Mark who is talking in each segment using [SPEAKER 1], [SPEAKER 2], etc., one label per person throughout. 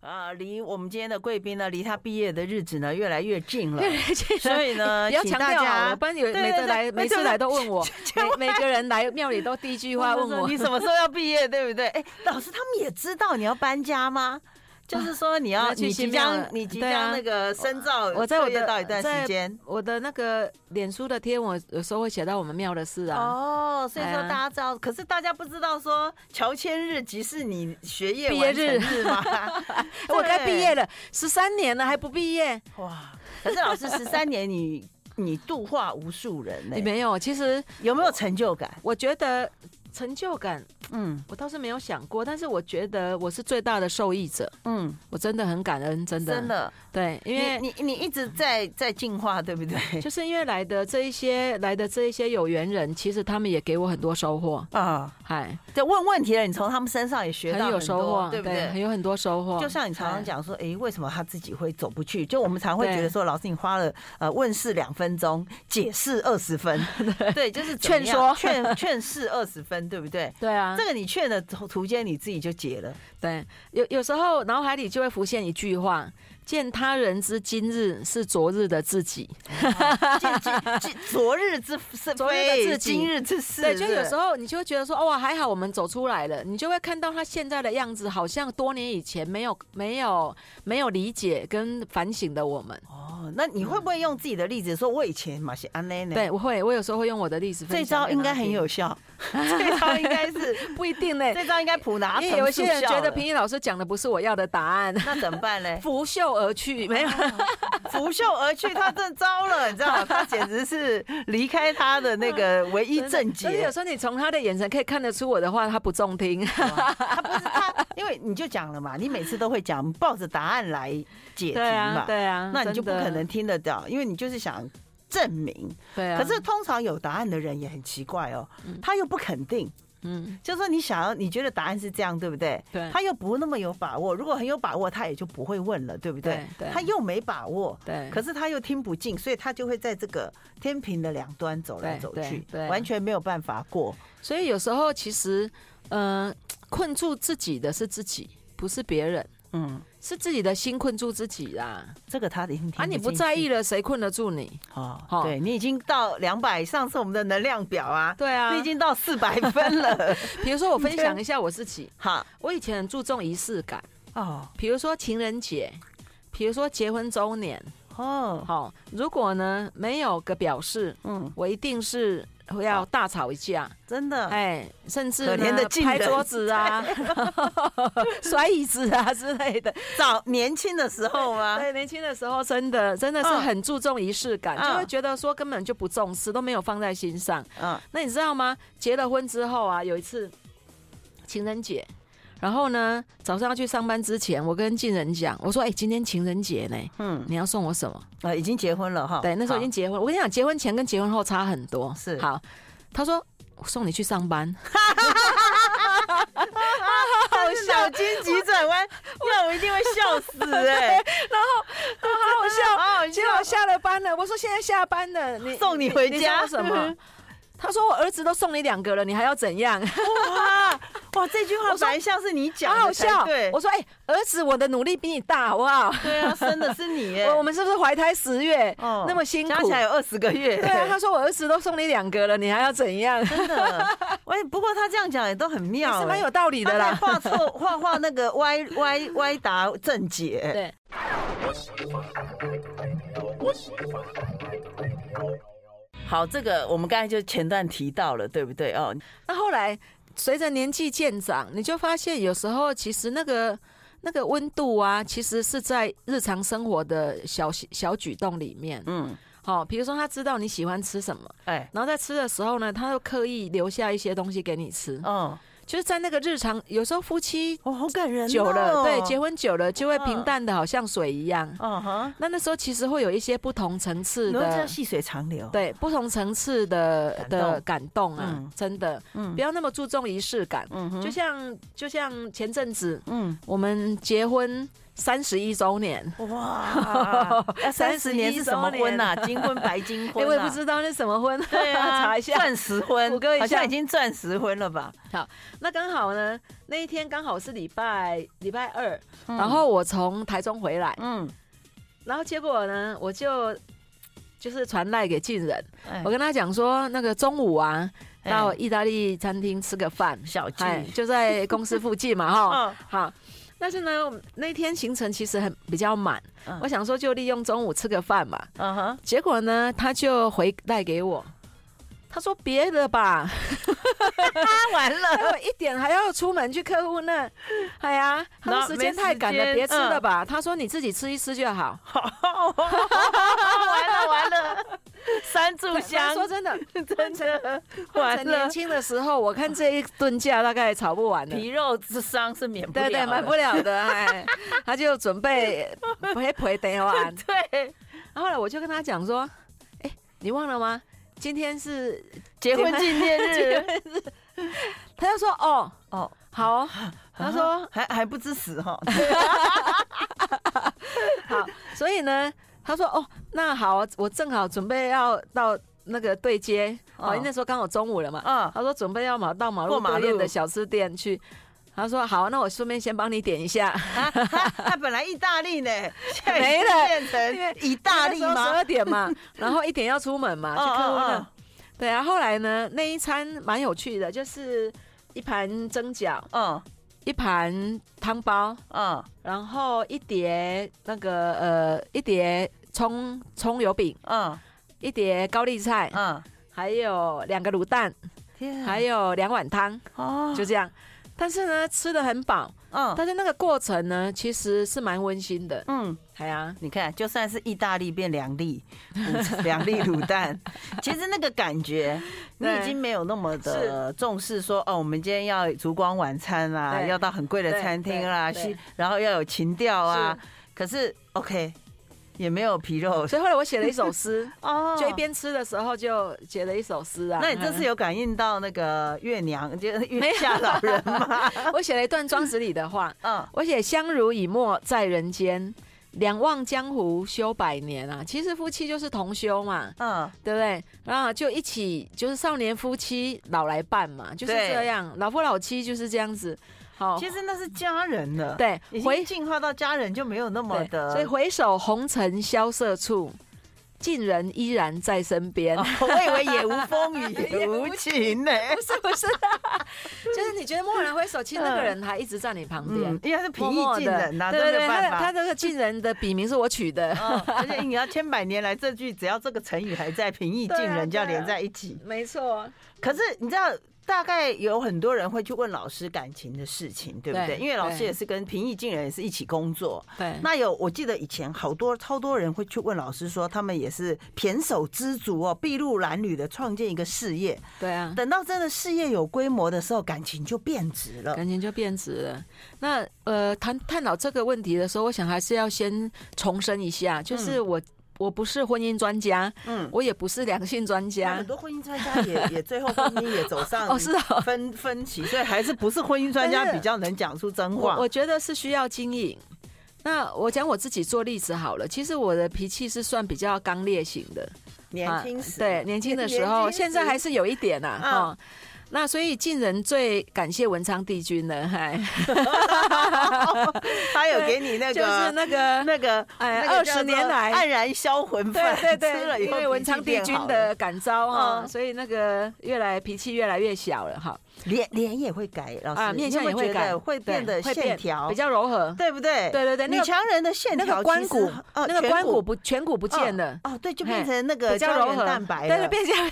[SPEAKER 1] 啊，离我们今天的贵宾呢，离他毕业的日子呢越来越近了
[SPEAKER 2] 对，， 这
[SPEAKER 1] 所以呢，
[SPEAKER 2] 不要
[SPEAKER 1] 请
[SPEAKER 2] 强
[SPEAKER 1] 大
[SPEAKER 2] 调好
[SPEAKER 1] 家
[SPEAKER 2] 了，不然有
[SPEAKER 1] 对
[SPEAKER 2] 每
[SPEAKER 1] 对
[SPEAKER 2] 个来
[SPEAKER 1] 对
[SPEAKER 2] 每
[SPEAKER 1] 对
[SPEAKER 2] 次来都问我，
[SPEAKER 1] 千
[SPEAKER 2] 每每个人来庙里都第一句话问
[SPEAKER 1] 说
[SPEAKER 2] 我
[SPEAKER 1] 你，什么时候要毕业，对不对？哎，老师他们也知道你要搬家吗？就是说你
[SPEAKER 2] 我
[SPEAKER 1] 啊要
[SPEAKER 2] 要去
[SPEAKER 1] 你即
[SPEAKER 2] 新庙
[SPEAKER 1] 将
[SPEAKER 2] 了
[SPEAKER 1] 你即
[SPEAKER 2] 对
[SPEAKER 1] 将
[SPEAKER 2] 啊
[SPEAKER 1] 那个深造，
[SPEAKER 2] 我在我
[SPEAKER 1] 课业
[SPEAKER 2] 的
[SPEAKER 1] 到一段时
[SPEAKER 2] 在
[SPEAKER 1] 间。
[SPEAKER 2] 我的那个脸书的贴文，我有时候会写到我们庙的事啊。
[SPEAKER 1] 哦，所以说
[SPEAKER 2] 哎呀
[SPEAKER 1] 大家知道，可是大家不知道说乔迁日即是你学业
[SPEAKER 2] 毕业
[SPEAKER 1] 完成
[SPEAKER 2] 日
[SPEAKER 1] 日 吗？
[SPEAKER 2] 哎我该
[SPEAKER 1] 对
[SPEAKER 2] 毕业了，十三年了还不毕业？
[SPEAKER 1] 哇！可是老师十三年你，你度化无数人呢、
[SPEAKER 2] 你没有，其实
[SPEAKER 1] 有没有成就感？
[SPEAKER 2] 我觉得成就感，
[SPEAKER 1] 嗯
[SPEAKER 2] 我倒是没有想过，但是我觉得我是最大的受益者，
[SPEAKER 1] 嗯，
[SPEAKER 2] 我真的很感恩，真的，
[SPEAKER 1] 真的，
[SPEAKER 2] 对，因
[SPEAKER 1] 因
[SPEAKER 2] 为
[SPEAKER 1] 为你你你一直在在进化，对不对？
[SPEAKER 2] 就是因为来的这一些来的这一些有缘人，其实他们也给我很多收获，
[SPEAKER 1] 啊，
[SPEAKER 2] 嗨，
[SPEAKER 1] 对，问问题了，你从他们身上也学到
[SPEAKER 2] 很有
[SPEAKER 1] 多
[SPEAKER 2] 收获，
[SPEAKER 1] 对不
[SPEAKER 2] 很
[SPEAKER 1] 对？
[SPEAKER 2] 有很多收获。
[SPEAKER 1] 就像你常常讲说，诶，为什么他自己会走不去？就我们常会觉得
[SPEAKER 2] 对
[SPEAKER 1] 说，老师你花了呃问世两分钟，解释二十分， 对，就是怎
[SPEAKER 2] 劝
[SPEAKER 1] 么样
[SPEAKER 2] 说
[SPEAKER 1] 劝劝世二十分，对不对？
[SPEAKER 2] 对，对啊
[SPEAKER 1] 这，个你劝的途途间你自己就解 了，
[SPEAKER 2] 对，有有时候脑海里就会浮现一句话：“见他人之今日是昨日的自己。
[SPEAKER 1] 见见见昨日之是
[SPEAKER 2] 昨日的
[SPEAKER 1] 非，
[SPEAKER 2] 自己
[SPEAKER 1] 今日之”事。
[SPEAKER 2] 对，就有时
[SPEAKER 1] 候
[SPEAKER 2] 候你就会觉得说：“哦，哇还好我们走出来了。”你就会看到他现在的样子，好像多年以前没有没有没有理解跟反省的我们。
[SPEAKER 1] 哦，那你会不会用自己的例子说，我以前马是安内呢？，
[SPEAKER 2] 对，我会，我有时候会用我的例子分
[SPEAKER 1] 这
[SPEAKER 2] 享。
[SPEAKER 1] 招应该很，有效， 这招应该 是
[SPEAKER 2] 不一定呢。
[SPEAKER 1] 这招应该普拿
[SPEAKER 2] 因
[SPEAKER 1] 成
[SPEAKER 2] 为有些人觉得
[SPEAKER 1] 平，
[SPEAKER 2] 平语老师讲的不是我要的答 案，
[SPEAKER 1] 那怎么办嘞？
[SPEAKER 2] 拂袖而去，没有。
[SPEAKER 1] 拂袖而去，他这招了，你知道吗？他简直是离开他的那 个唯一正
[SPEAKER 2] 但是有
[SPEAKER 1] 解。
[SPEAKER 2] 时候你从嗯他的眼神可以看得出我的话，他不中听。
[SPEAKER 1] 他不是他，因为你就讲了嘛，你每次都会讲，抱着答案来解题
[SPEAKER 2] 对啊
[SPEAKER 1] 嘛，，
[SPEAKER 2] 对啊，
[SPEAKER 1] 那你就不
[SPEAKER 2] 真的
[SPEAKER 1] 可能听得到，因为你就是想证明。
[SPEAKER 2] 对啊。
[SPEAKER 1] 可是通常有答案的人也很奇怪哦，他又不肯定，
[SPEAKER 2] 嗯，
[SPEAKER 1] 就是说你想要，你觉得答案是这样，对不对？
[SPEAKER 2] 对
[SPEAKER 1] 他又不那么有把握。如果很有把握，他也就不会问了，对不对？
[SPEAKER 2] 对对
[SPEAKER 1] 他又没把握，
[SPEAKER 2] 对
[SPEAKER 1] 可是他又听不进，所以他就会在这个天平的两端走来
[SPEAKER 2] 对
[SPEAKER 1] 走
[SPEAKER 2] 对
[SPEAKER 1] 去，
[SPEAKER 2] 对
[SPEAKER 1] 完全没有办法过。
[SPEAKER 2] 所以有时候其实，嗯，困住自己的是自己，不是别人，
[SPEAKER 1] 嗯，
[SPEAKER 2] 是自己的心困住自己啦。
[SPEAKER 1] 这个他已经听
[SPEAKER 2] 啊，你不
[SPEAKER 1] 进
[SPEAKER 2] 在意
[SPEAKER 1] 去
[SPEAKER 2] 了，谁困得住你？
[SPEAKER 1] 哦，
[SPEAKER 2] 哦
[SPEAKER 1] 对你已经到两百，上次我们的能量表啊，
[SPEAKER 2] 对啊
[SPEAKER 1] 你已经到四百分 了。
[SPEAKER 2] 比如说，我分享一下我自己，
[SPEAKER 1] 好
[SPEAKER 2] 我以前很注重仪式感，
[SPEAKER 1] 哦
[SPEAKER 2] 比如说情人节，比如说结婚周年。
[SPEAKER 1] 哦，
[SPEAKER 2] 好、如果呢没有个表示，
[SPEAKER 1] 嗯，
[SPEAKER 2] 我一定是
[SPEAKER 1] 哦
[SPEAKER 2] 要大吵一架，
[SPEAKER 1] 真的，
[SPEAKER 2] 哎，甚至
[SPEAKER 1] 啊可
[SPEAKER 2] 呢
[SPEAKER 1] 怜的近
[SPEAKER 2] 拍
[SPEAKER 1] 人
[SPEAKER 2] 桌 子啊、摔椅子啊之类的。
[SPEAKER 1] 早年轻的时候吗？
[SPEAKER 2] 对，年轻的时候真的真的是
[SPEAKER 1] 啊嗯
[SPEAKER 2] 很注重仪式感，
[SPEAKER 1] 嗯
[SPEAKER 2] 就会觉得说根本就不重视，都没有放在心上。
[SPEAKER 1] 嗯，
[SPEAKER 2] 那你知道吗？结了婚之后啊，有一次情人节。然后呢，早上要去上班之前，我跟近人讲，我说：“哎、今天情人节呢，
[SPEAKER 1] 嗯，
[SPEAKER 2] 你要送我什么？”
[SPEAKER 1] 呃，已经结婚了哈。
[SPEAKER 2] 对，那时候已经结婚。我跟你讲，结婚前跟结婚后差很多。
[SPEAKER 1] 是
[SPEAKER 2] 好，他说我送你去上班，
[SPEAKER 1] 好小金急转弯，那我一定会笑死哎、
[SPEAKER 2] 好好
[SPEAKER 1] 好好
[SPEAKER 2] 笑。结果
[SPEAKER 1] 笑，
[SPEAKER 2] 下了班了，我说现在下班了，你
[SPEAKER 1] 送你回
[SPEAKER 2] 你
[SPEAKER 1] 家
[SPEAKER 2] 送我什么？他说我儿子都送你两个了，你还要怎样？
[SPEAKER 1] 哇哇，这句话
[SPEAKER 2] 我说
[SPEAKER 1] 本来像是你讲
[SPEAKER 2] 好
[SPEAKER 1] 的，
[SPEAKER 2] 好笑。
[SPEAKER 1] 对
[SPEAKER 2] 我，说哎、儿子，我的努力比你大，好不好？
[SPEAKER 1] 对啊，生的是你哎、
[SPEAKER 2] 我我们是不是怀胎十月，
[SPEAKER 1] 哦
[SPEAKER 2] 那么辛
[SPEAKER 1] 加
[SPEAKER 2] 苦
[SPEAKER 1] 起？来有二十个月，
[SPEAKER 2] 对啊，他说我儿子都送你两个了，你还要怎样？
[SPEAKER 1] 真的， 喂，不过他这样讲也都很妙、
[SPEAKER 2] 是
[SPEAKER 1] 欸，
[SPEAKER 2] 蛮有道理的
[SPEAKER 1] 他在
[SPEAKER 2] 啦。
[SPEAKER 1] 画错 画画那个歪歪歪答正解，哎
[SPEAKER 2] 对。
[SPEAKER 1] 好，这个我们刚才就前段提到了，对不对？哦，
[SPEAKER 2] 那后来随着年纪渐长，你就发现有时候其实那个那个温度啊，其实是在日常生活的小小举动里面。
[SPEAKER 1] 嗯，
[SPEAKER 2] 好、比如说他知道你喜欢吃什么，
[SPEAKER 1] 哎，
[SPEAKER 2] 然后在吃的时候呢，他又刻意留下一些东西给你吃，
[SPEAKER 1] 哦，
[SPEAKER 2] 就是在那个日常，有时候夫妻
[SPEAKER 1] 哦，好感人、哦，
[SPEAKER 2] 久了，对，结，婚久了就会
[SPEAKER 1] 嗯
[SPEAKER 2] 平淡的好像水一样。
[SPEAKER 1] 嗯哼，
[SPEAKER 2] 那那时候其实会有一些不同层次
[SPEAKER 1] 然后叫
[SPEAKER 2] 的。
[SPEAKER 1] 细水长流，
[SPEAKER 2] 对不同层次
[SPEAKER 1] 哦
[SPEAKER 2] 的
[SPEAKER 1] 感动
[SPEAKER 2] 的感动啊，
[SPEAKER 1] 嗯
[SPEAKER 2] 真的，
[SPEAKER 1] 嗯
[SPEAKER 2] 不要那么注重仪式感。
[SPEAKER 1] 嗯哼
[SPEAKER 2] 就像就像前阵子
[SPEAKER 1] 嗯，
[SPEAKER 2] 我们结婚三十一周年。
[SPEAKER 1] 哇，三十年是什么婚
[SPEAKER 2] 啊
[SPEAKER 1] 呐、金婚白金
[SPEAKER 2] 哎、
[SPEAKER 1] 婚、啊，
[SPEAKER 2] 我也不 知道那什么婚，
[SPEAKER 1] 对啊，
[SPEAKER 2] 查一下。
[SPEAKER 1] 钻石婚，
[SPEAKER 2] 谷歌一下
[SPEAKER 1] 好像已经钻石婚了吧？
[SPEAKER 2] 那刚好呢，那一天刚好是礼拜礼拜二，然后我从台中回来，
[SPEAKER 1] 嗯，
[SPEAKER 2] 然后结果呢，我就就是传赖给近人，
[SPEAKER 1] 哎
[SPEAKER 2] 我跟他讲说，那个中午啊，
[SPEAKER 1] 哎
[SPEAKER 2] 到意大利餐厅吃个饭，
[SPEAKER 1] 小聚，
[SPEAKER 2] 哎，哦就在公司附近嘛， 哈，
[SPEAKER 1] 嗯
[SPEAKER 2] 好。但是呢，我们那天行程其实很比较满，
[SPEAKER 1] 嗯
[SPEAKER 2] 我想说就利用中午吃个饭嘛。
[SPEAKER 1] 嗯哼，
[SPEAKER 2] 结果呢，他就回带给我，他说别 的吧，
[SPEAKER 1] 他完
[SPEAKER 2] 待
[SPEAKER 1] 了，
[SPEAKER 2] 会一点还要出门去客户那，哎呀，他
[SPEAKER 1] 那
[SPEAKER 2] 说时间太赶
[SPEAKER 1] 没时间
[SPEAKER 2] 了，别吃了吧。他说你自己吃一吃就好。
[SPEAKER 1] 完了完了，三炷
[SPEAKER 2] 他
[SPEAKER 1] 香，
[SPEAKER 2] 说真的，
[SPEAKER 1] 真的
[SPEAKER 2] 换
[SPEAKER 1] 完
[SPEAKER 2] 成年
[SPEAKER 1] 了，
[SPEAKER 2] 轻的时候，我看这一顿假大概吵不完 的。
[SPEAKER 1] 皮肉之伤是免不了
[SPEAKER 2] 对
[SPEAKER 1] 的，
[SPEAKER 2] 对，买不了的，哎，他就准备陪陪等完。
[SPEAKER 1] 对，
[SPEAKER 2] 后来我就跟他讲说，哎，你忘了吗？今天是
[SPEAKER 1] 结婚纪念
[SPEAKER 2] 结
[SPEAKER 1] 日，
[SPEAKER 2] 他就说哦，
[SPEAKER 1] 哦，啊
[SPEAKER 2] 好 哦，他说
[SPEAKER 1] 还还不知死 哈，
[SPEAKER 2] 好，所以呢，他说哦，那好，我正好准备要到那个对接，哦，
[SPEAKER 1] 哦
[SPEAKER 2] 那时候刚好中午了嘛，
[SPEAKER 1] 嗯，
[SPEAKER 2] 他说准备要马到马路
[SPEAKER 1] 过马
[SPEAKER 2] 对面
[SPEAKER 1] 路
[SPEAKER 2] 的小吃店去，他说好，那我顺便先帮你点一 下，
[SPEAKER 1] 他本来意大利呢，现在
[SPEAKER 2] 没了
[SPEAKER 1] 变成意大利
[SPEAKER 2] 十
[SPEAKER 1] 吗？
[SPEAKER 2] 二点嘛， 然后一点要出门嘛，
[SPEAKER 1] 嗯
[SPEAKER 2] 去客户
[SPEAKER 1] 嗯
[SPEAKER 2] 那
[SPEAKER 1] 嗯，
[SPEAKER 2] 对啊，后来
[SPEAKER 1] 哦
[SPEAKER 2] 呢，那一餐蛮有趣的，就是一盘蒸饺，
[SPEAKER 1] 嗯
[SPEAKER 2] 一盘汤包，
[SPEAKER 1] 嗯
[SPEAKER 2] 然后一碟那个呃一碟葱葱油饼，
[SPEAKER 1] 嗯
[SPEAKER 2] 一碟高丽菜，
[SPEAKER 1] 嗯，
[SPEAKER 2] 还有两个卤蛋，
[SPEAKER 1] 天啊，
[SPEAKER 2] 还有两碗汤，
[SPEAKER 1] 哦，
[SPEAKER 2] 就这样。但是呢，吃的很饱，
[SPEAKER 1] 嗯
[SPEAKER 2] 但是那个过程呢，其实是蛮温馨的。
[SPEAKER 1] 嗯。
[SPEAKER 2] 哎呀，
[SPEAKER 1] 你看，就算是意大利变两粒卤两粒卤 蛋，其实那个感觉，你
[SPEAKER 2] 对
[SPEAKER 1] 已经没有那么的重视说哦，我们今天要烛光晚餐啦，
[SPEAKER 2] 对
[SPEAKER 1] 要到很贵的餐厅啦，
[SPEAKER 2] 对对
[SPEAKER 1] 是
[SPEAKER 2] 对
[SPEAKER 1] 然后要有情调啊。可是 OK，也没有皮肉
[SPEAKER 2] 所以后来我写了一首诗，
[SPEAKER 1] 哦嗯
[SPEAKER 2] 就一。边吃的时候就写了一首诗啊。
[SPEAKER 1] 那你这次
[SPEAKER 2] 有？
[SPEAKER 1] 有感应到那个月娘，就是月下老人 吗？
[SPEAKER 2] 我写了一段庄子里的话，
[SPEAKER 1] 嗯，
[SPEAKER 2] 我写“相濡以沫在人间，两忘江湖修百年”啊。其实夫妻就是同修嘛，
[SPEAKER 1] 嗯，
[SPEAKER 2] 对不对？然后就一起，就是少年夫妻老来伴嘛，就是
[SPEAKER 1] 对
[SPEAKER 2] 这样，老夫老妻就是这样子。好，
[SPEAKER 1] 其实那是家人了，，
[SPEAKER 2] 对
[SPEAKER 1] 已，经
[SPEAKER 2] 回
[SPEAKER 1] 进化到家人就没有那么
[SPEAKER 2] 对，
[SPEAKER 1] 的，
[SPEAKER 2] 所 以回首红尘萧瑟处，近人依然在身边。
[SPEAKER 1] 哦我以为也无风雨也无晴呢、
[SPEAKER 2] 不是不是， 就是你觉得蓦然回首，其实那个人还一直在你旁边
[SPEAKER 1] 嗯，，因为他是平
[SPEAKER 2] 默
[SPEAKER 1] 易
[SPEAKER 2] 默
[SPEAKER 1] 近
[SPEAKER 2] 地
[SPEAKER 1] 人呐、
[SPEAKER 2] 对
[SPEAKER 1] 都
[SPEAKER 2] 对
[SPEAKER 1] 没有
[SPEAKER 2] 对，他
[SPEAKER 1] 办
[SPEAKER 2] 的哦
[SPEAKER 1] 法。
[SPEAKER 2] 他这个近人的笔名是我取 的，
[SPEAKER 1] 嗯，而且你要千百年来这句，只要这个成语还在，平易近
[SPEAKER 2] 对啊
[SPEAKER 1] 人就要
[SPEAKER 2] 对啊啊
[SPEAKER 1] 连在一起。
[SPEAKER 2] 没错，
[SPEAKER 1] 可是你知道，大概有很多人会去问老师感情的事情，对不对？
[SPEAKER 2] 对
[SPEAKER 1] 因为老师
[SPEAKER 2] 对
[SPEAKER 1] 也是跟平易近人也是一起工作。
[SPEAKER 2] 对，
[SPEAKER 1] 那有，我记得以前好多超多人会去问老师说，他们也是胼手知足哦，筚路蓝缕的创建一个事业。
[SPEAKER 2] 对啊，
[SPEAKER 1] 等到真的事业有规模的时候，感情就变质了。
[SPEAKER 2] 感情就变质了。那呃，谈探讨这个问题的时候，我想还是要先重申一下，就是我、我不是婚姻专家，
[SPEAKER 1] 嗯，
[SPEAKER 2] 我也不是两性专
[SPEAKER 1] 那
[SPEAKER 2] 家
[SPEAKER 1] 很，多婚姻专家 也也最后婚姻也走上
[SPEAKER 2] 哦，是啊，
[SPEAKER 1] 分分歧，所以还是不是婚姻专
[SPEAKER 2] 但
[SPEAKER 1] 家
[SPEAKER 2] 是
[SPEAKER 1] 比较能讲出真
[SPEAKER 2] 我
[SPEAKER 1] 话
[SPEAKER 2] 我。觉得是需要经营。那我讲我自己做例子好了，其实我的脾气是算比较刚烈型的，
[SPEAKER 1] 年
[SPEAKER 2] 啊
[SPEAKER 1] 轻时
[SPEAKER 2] 对，年轻的 时
[SPEAKER 1] 年
[SPEAKER 2] 候，
[SPEAKER 1] 轻时
[SPEAKER 2] 现在还 是有一点呐、
[SPEAKER 1] 嗯
[SPEAKER 2] 啊，哦。那所以晋人最感谢文昌帝君呢， 哎嗨，
[SPEAKER 1] 他有给你 那
[SPEAKER 2] 就是
[SPEAKER 1] 个
[SPEAKER 2] 那个
[SPEAKER 1] 那个那
[SPEAKER 2] 哎
[SPEAKER 1] 个
[SPEAKER 2] 二
[SPEAKER 1] 叫做
[SPEAKER 2] 十年来，
[SPEAKER 1] 黯然销魂
[SPEAKER 2] 对
[SPEAKER 1] 饭，
[SPEAKER 2] 对
[SPEAKER 1] 吃了
[SPEAKER 2] 对，
[SPEAKER 1] 以
[SPEAKER 2] 因
[SPEAKER 1] 后
[SPEAKER 2] 为文昌帝君的感召啊，
[SPEAKER 1] 嗯
[SPEAKER 2] 所以那个越来脾气越来越小了哈，
[SPEAKER 1] 脸脸也会改，老
[SPEAKER 2] 啊
[SPEAKER 1] 师
[SPEAKER 2] 面相
[SPEAKER 1] 你有没有
[SPEAKER 2] 也会
[SPEAKER 1] 觉得
[SPEAKER 2] 改
[SPEAKER 1] 会
[SPEAKER 2] 对
[SPEAKER 1] 变得
[SPEAKER 2] 会
[SPEAKER 1] 线条
[SPEAKER 2] 比，较柔和，
[SPEAKER 1] 对不对？
[SPEAKER 2] 对对对那
[SPEAKER 1] 女
[SPEAKER 2] 个
[SPEAKER 1] 强人的线
[SPEAKER 2] 那
[SPEAKER 1] 条
[SPEAKER 2] 个
[SPEAKER 1] 其
[SPEAKER 2] 关
[SPEAKER 1] 实
[SPEAKER 2] 骨
[SPEAKER 1] 很，呃
[SPEAKER 2] 那个
[SPEAKER 1] 颧
[SPEAKER 2] 关骨不颧骨不
[SPEAKER 1] 哦
[SPEAKER 2] 见了，
[SPEAKER 1] 哦，对，就
[SPEAKER 2] 嘿
[SPEAKER 1] 变成那个
[SPEAKER 2] 比较
[SPEAKER 1] 胶
[SPEAKER 2] 柔
[SPEAKER 1] 原
[SPEAKER 2] 和
[SPEAKER 1] 蛋白
[SPEAKER 2] 但是
[SPEAKER 1] 了，
[SPEAKER 2] 变相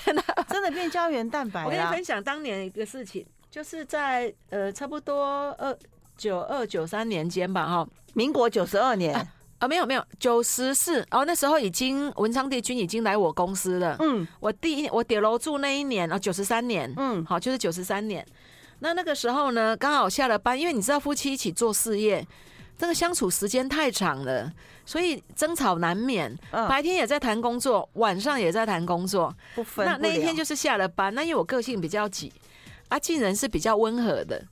[SPEAKER 1] 真的变胶原蛋白
[SPEAKER 2] 我跟你
[SPEAKER 1] 了。
[SPEAKER 2] 分享当年一个事情，就是在呃差不多二九二九三年间吧，哈。
[SPEAKER 1] 民国九十二年，
[SPEAKER 2] 啊，没有没有，九十四哦，那时候已经文昌帝君已经来我公司了。
[SPEAKER 1] 嗯
[SPEAKER 2] 我第一我顶楼住那一年啊，九十三年，
[SPEAKER 1] 嗯
[SPEAKER 2] 好，就是九十三年。那那个时候呢，刚好下了班，因为你知道夫妻一起做事业，这个相处时间太长了，所以争吵难免。
[SPEAKER 1] 嗯，
[SPEAKER 2] 白天也在谈工作，晚上也在谈工作。
[SPEAKER 1] 不分
[SPEAKER 2] 那那一
[SPEAKER 1] 不了
[SPEAKER 2] 天就是下了班，那因为我个性比较急，啊，竟然是比较温和的。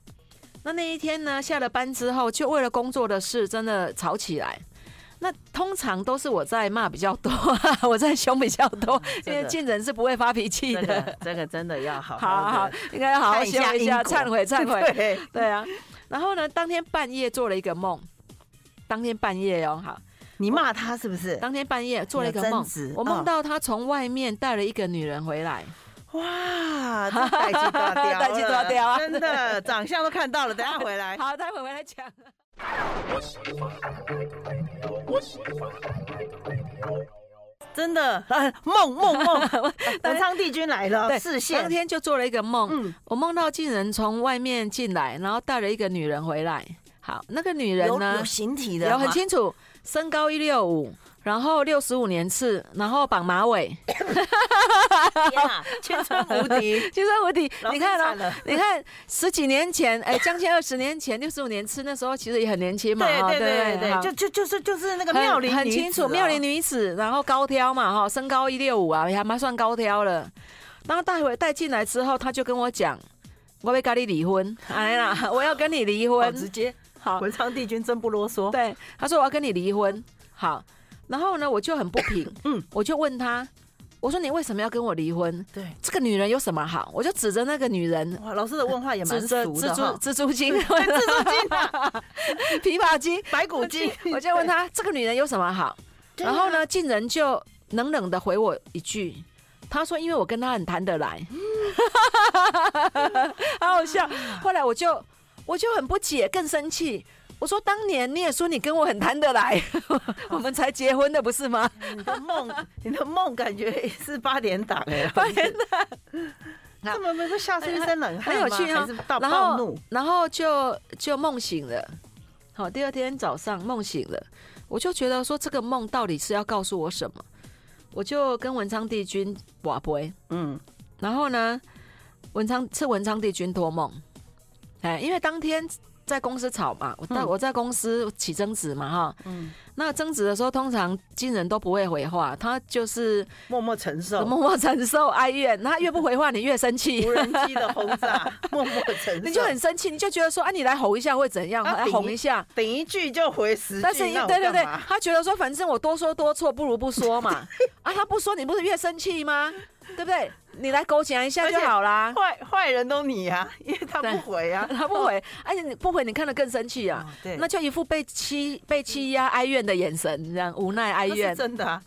[SPEAKER 2] 那那一天呢，下了班之后，就为了工作的事真的吵起来。那通常都是我在骂比较多， 我在凶比较多，因为
[SPEAKER 1] 嗯真的
[SPEAKER 2] 进人是不会发脾气
[SPEAKER 1] 这
[SPEAKER 2] 的。
[SPEAKER 1] 个这个真的要好
[SPEAKER 2] 好好
[SPEAKER 1] 好
[SPEAKER 2] 好
[SPEAKER 1] 地，
[SPEAKER 2] 应该好好
[SPEAKER 1] 看一
[SPEAKER 2] 休
[SPEAKER 1] 下
[SPEAKER 2] 息一
[SPEAKER 1] 因
[SPEAKER 2] 下，
[SPEAKER 1] 果
[SPEAKER 2] 忏悔忏悔。
[SPEAKER 1] 对，
[SPEAKER 2] 对啊，然后呢，当天半夜做了一个梦，当天半夜哦，好，
[SPEAKER 1] 你骂他是不是？
[SPEAKER 2] 当天半夜做了一个
[SPEAKER 1] 有
[SPEAKER 2] 梦
[SPEAKER 1] 争执，
[SPEAKER 2] 我
[SPEAKER 1] 嗯
[SPEAKER 2] 梦到他从外面带了一个女人回来，
[SPEAKER 1] 哦哇，这代际 大雕了，
[SPEAKER 2] 代际大雕啊
[SPEAKER 1] 真 的，长相都看到了，等下回来。
[SPEAKER 2] 好，待会回来讲。
[SPEAKER 1] 真的，啊梦梦 梦，文昌帝君来了，
[SPEAKER 2] 对
[SPEAKER 1] 视线
[SPEAKER 2] 当，天就做了一个梦，
[SPEAKER 1] 嗯，
[SPEAKER 2] 我梦到进人从外面进来，然后带了一个女人回来。好，那个女人
[SPEAKER 1] 有
[SPEAKER 2] 呢
[SPEAKER 1] 有，形体的
[SPEAKER 2] 有
[SPEAKER 1] 吗，
[SPEAKER 2] 很清楚，身高一六五，然后六十五年次，然后绑马尾，。
[SPEAKER 1] 天啊，青春无敌
[SPEAKER 2] 其实我底
[SPEAKER 1] 老
[SPEAKER 2] 你
[SPEAKER 1] 师
[SPEAKER 2] 看
[SPEAKER 1] 惨
[SPEAKER 2] 哦，
[SPEAKER 1] 了，
[SPEAKER 2] 你看十几年前，哎，将近二十年前，六十五年次那时候其实也很年轻嘛，
[SPEAKER 1] 对
[SPEAKER 2] 哈
[SPEAKER 1] 对对
[SPEAKER 2] 不
[SPEAKER 1] 对
[SPEAKER 2] 好
[SPEAKER 1] 对，就就就是就是那个
[SPEAKER 2] 很
[SPEAKER 1] 妙龄
[SPEAKER 2] 很
[SPEAKER 1] 女
[SPEAKER 2] 清
[SPEAKER 1] 子
[SPEAKER 2] 楚，
[SPEAKER 1] 哦
[SPEAKER 2] 妙龄女子，然后高挑嘛，哈，身高一六五啊，也还蛮算高挑了。然后待会带进来之后，他就跟我讲，我要跟你离婚，哎 呀，我要跟你离
[SPEAKER 1] 好
[SPEAKER 2] 婚，
[SPEAKER 1] 直接，
[SPEAKER 2] 好，
[SPEAKER 1] 文昌帝君真不啰嗦，
[SPEAKER 2] 对，他说我要跟你离婚，好，然后呢，我就很不平，嗯
[SPEAKER 1] 嗯，
[SPEAKER 2] 我就问他，我说你为什么要跟我离婚？
[SPEAKER 1] 对，
[SPEAKER 2] 这个女人有什么好？我就指着那个女人。
[SPEAKER 1] 哇，老师的问话也蛮
[SPEAKER 2] 指
[SPEAKER 1] 俗
[SPEAKER 2] 着蜘
[SPEAKER 1] 的
[SPEAKER 2] 蛛
[SPEAKER 1] 哈，
[SPEAKER 2] 蜘蛛精、
[SPEAKER 1] 对 蜘蛛精啊，
[SPEAKER 2] 琵琶精，，
[SPEAKER 1] 白骨精
[SPEAKER 2] 我就问他这个女人有什么好？
[SPEAKER 1] 对啊
[SPEAKER 2] 然后呢，竟然就冷冷的回我一句，他说因为我跟他很谈得来， 好好笑。后来我就我就很不解，更生气。我说当年你也说你跟我很谈得来， 我们才结婚的不是吗？
[SPEAKER 1] 你的梦，你的梦感觉也是八点档哎、
[SPEAKER 2] 八点
[SPEAKER 1] 档，这么没会吓出一身冷汗
[SPEAKER 2] 很有
[SPEAKER 1] 吗
[SPEAKER 2] 趣啊
[SPEAKER 1] 还是到
[SPEAKER 2] 然
[SPEAKER 1] 暴
[SPEAKER 2] 后
[SPEAKER 1] 怒，
[SPEAKER 2] 然后就就梦醒了。好，第二天早上梦醒了，我就觉得说这个梦到底是要告诉我什么？我就跟文昌帝君瓦杯，
[SPEAKER 1] 嗯，
[SPEAKER 2] 然后呢，文昌是文昌帝君托梦，哎，因为当天在公司吵嘛，我到、
[SPEAKER 1] 嗯
[SPEAKER 2] 我在公司起争执嘛哈，
[SPEAKER 1] 嗯
[SPEAKER 2] 那争执的时候，通常金人都不会回话，他就是
[SPEAKER 1] 默默承受
[SPEAKER 2] 默默承受哀怨，他越不回话，你越生 气
[SPEAKER 1] 无。人机的轰炸，默默承受，
[SPEAKER 2] 你就很生气，你就觉得说啊，你来吼一下会怎样？
[SPEAKER 1] 啊
[SPEAKER 2] 来
[SPEAKER 1] 顶
[SPEAKER 2] 哄一下，
[SPEAKER 1] 顶一句就回十句，
[SPEAKER 2] 但是
[SPEAKER 1] 那我
[SPEAKER 2] 对对对
[SPEAKER 1] 干嘛，
[SPEAKER 2] 他觉得说反正我多说多错，不如不 说嘛。啊，他不说，你不是越生气吗？对不对？你来勾讲一下
[SPEAKER 1] 而
[SPEAKER 2] 就
[SPEAKER 1] 且
[SPEAKER 2] 好啦。
[SPEAKER 1] 坏坏人都你啊，因为他
[SPEAKER 2] 对
[SPEAKER 1] 不回 啊，
[SPEAKER 2] 他不回，而且你不回，你看得更生气啊
[SPEAKER 1] 哦。对
[SPEAKER 2] 那就一副被欺被欺压、哀怨的眼神，这样无奈哀
[SPEAKER 1] 这是
[SPEAKER 2] 怨。
[SPEAKER 1] 真的啊，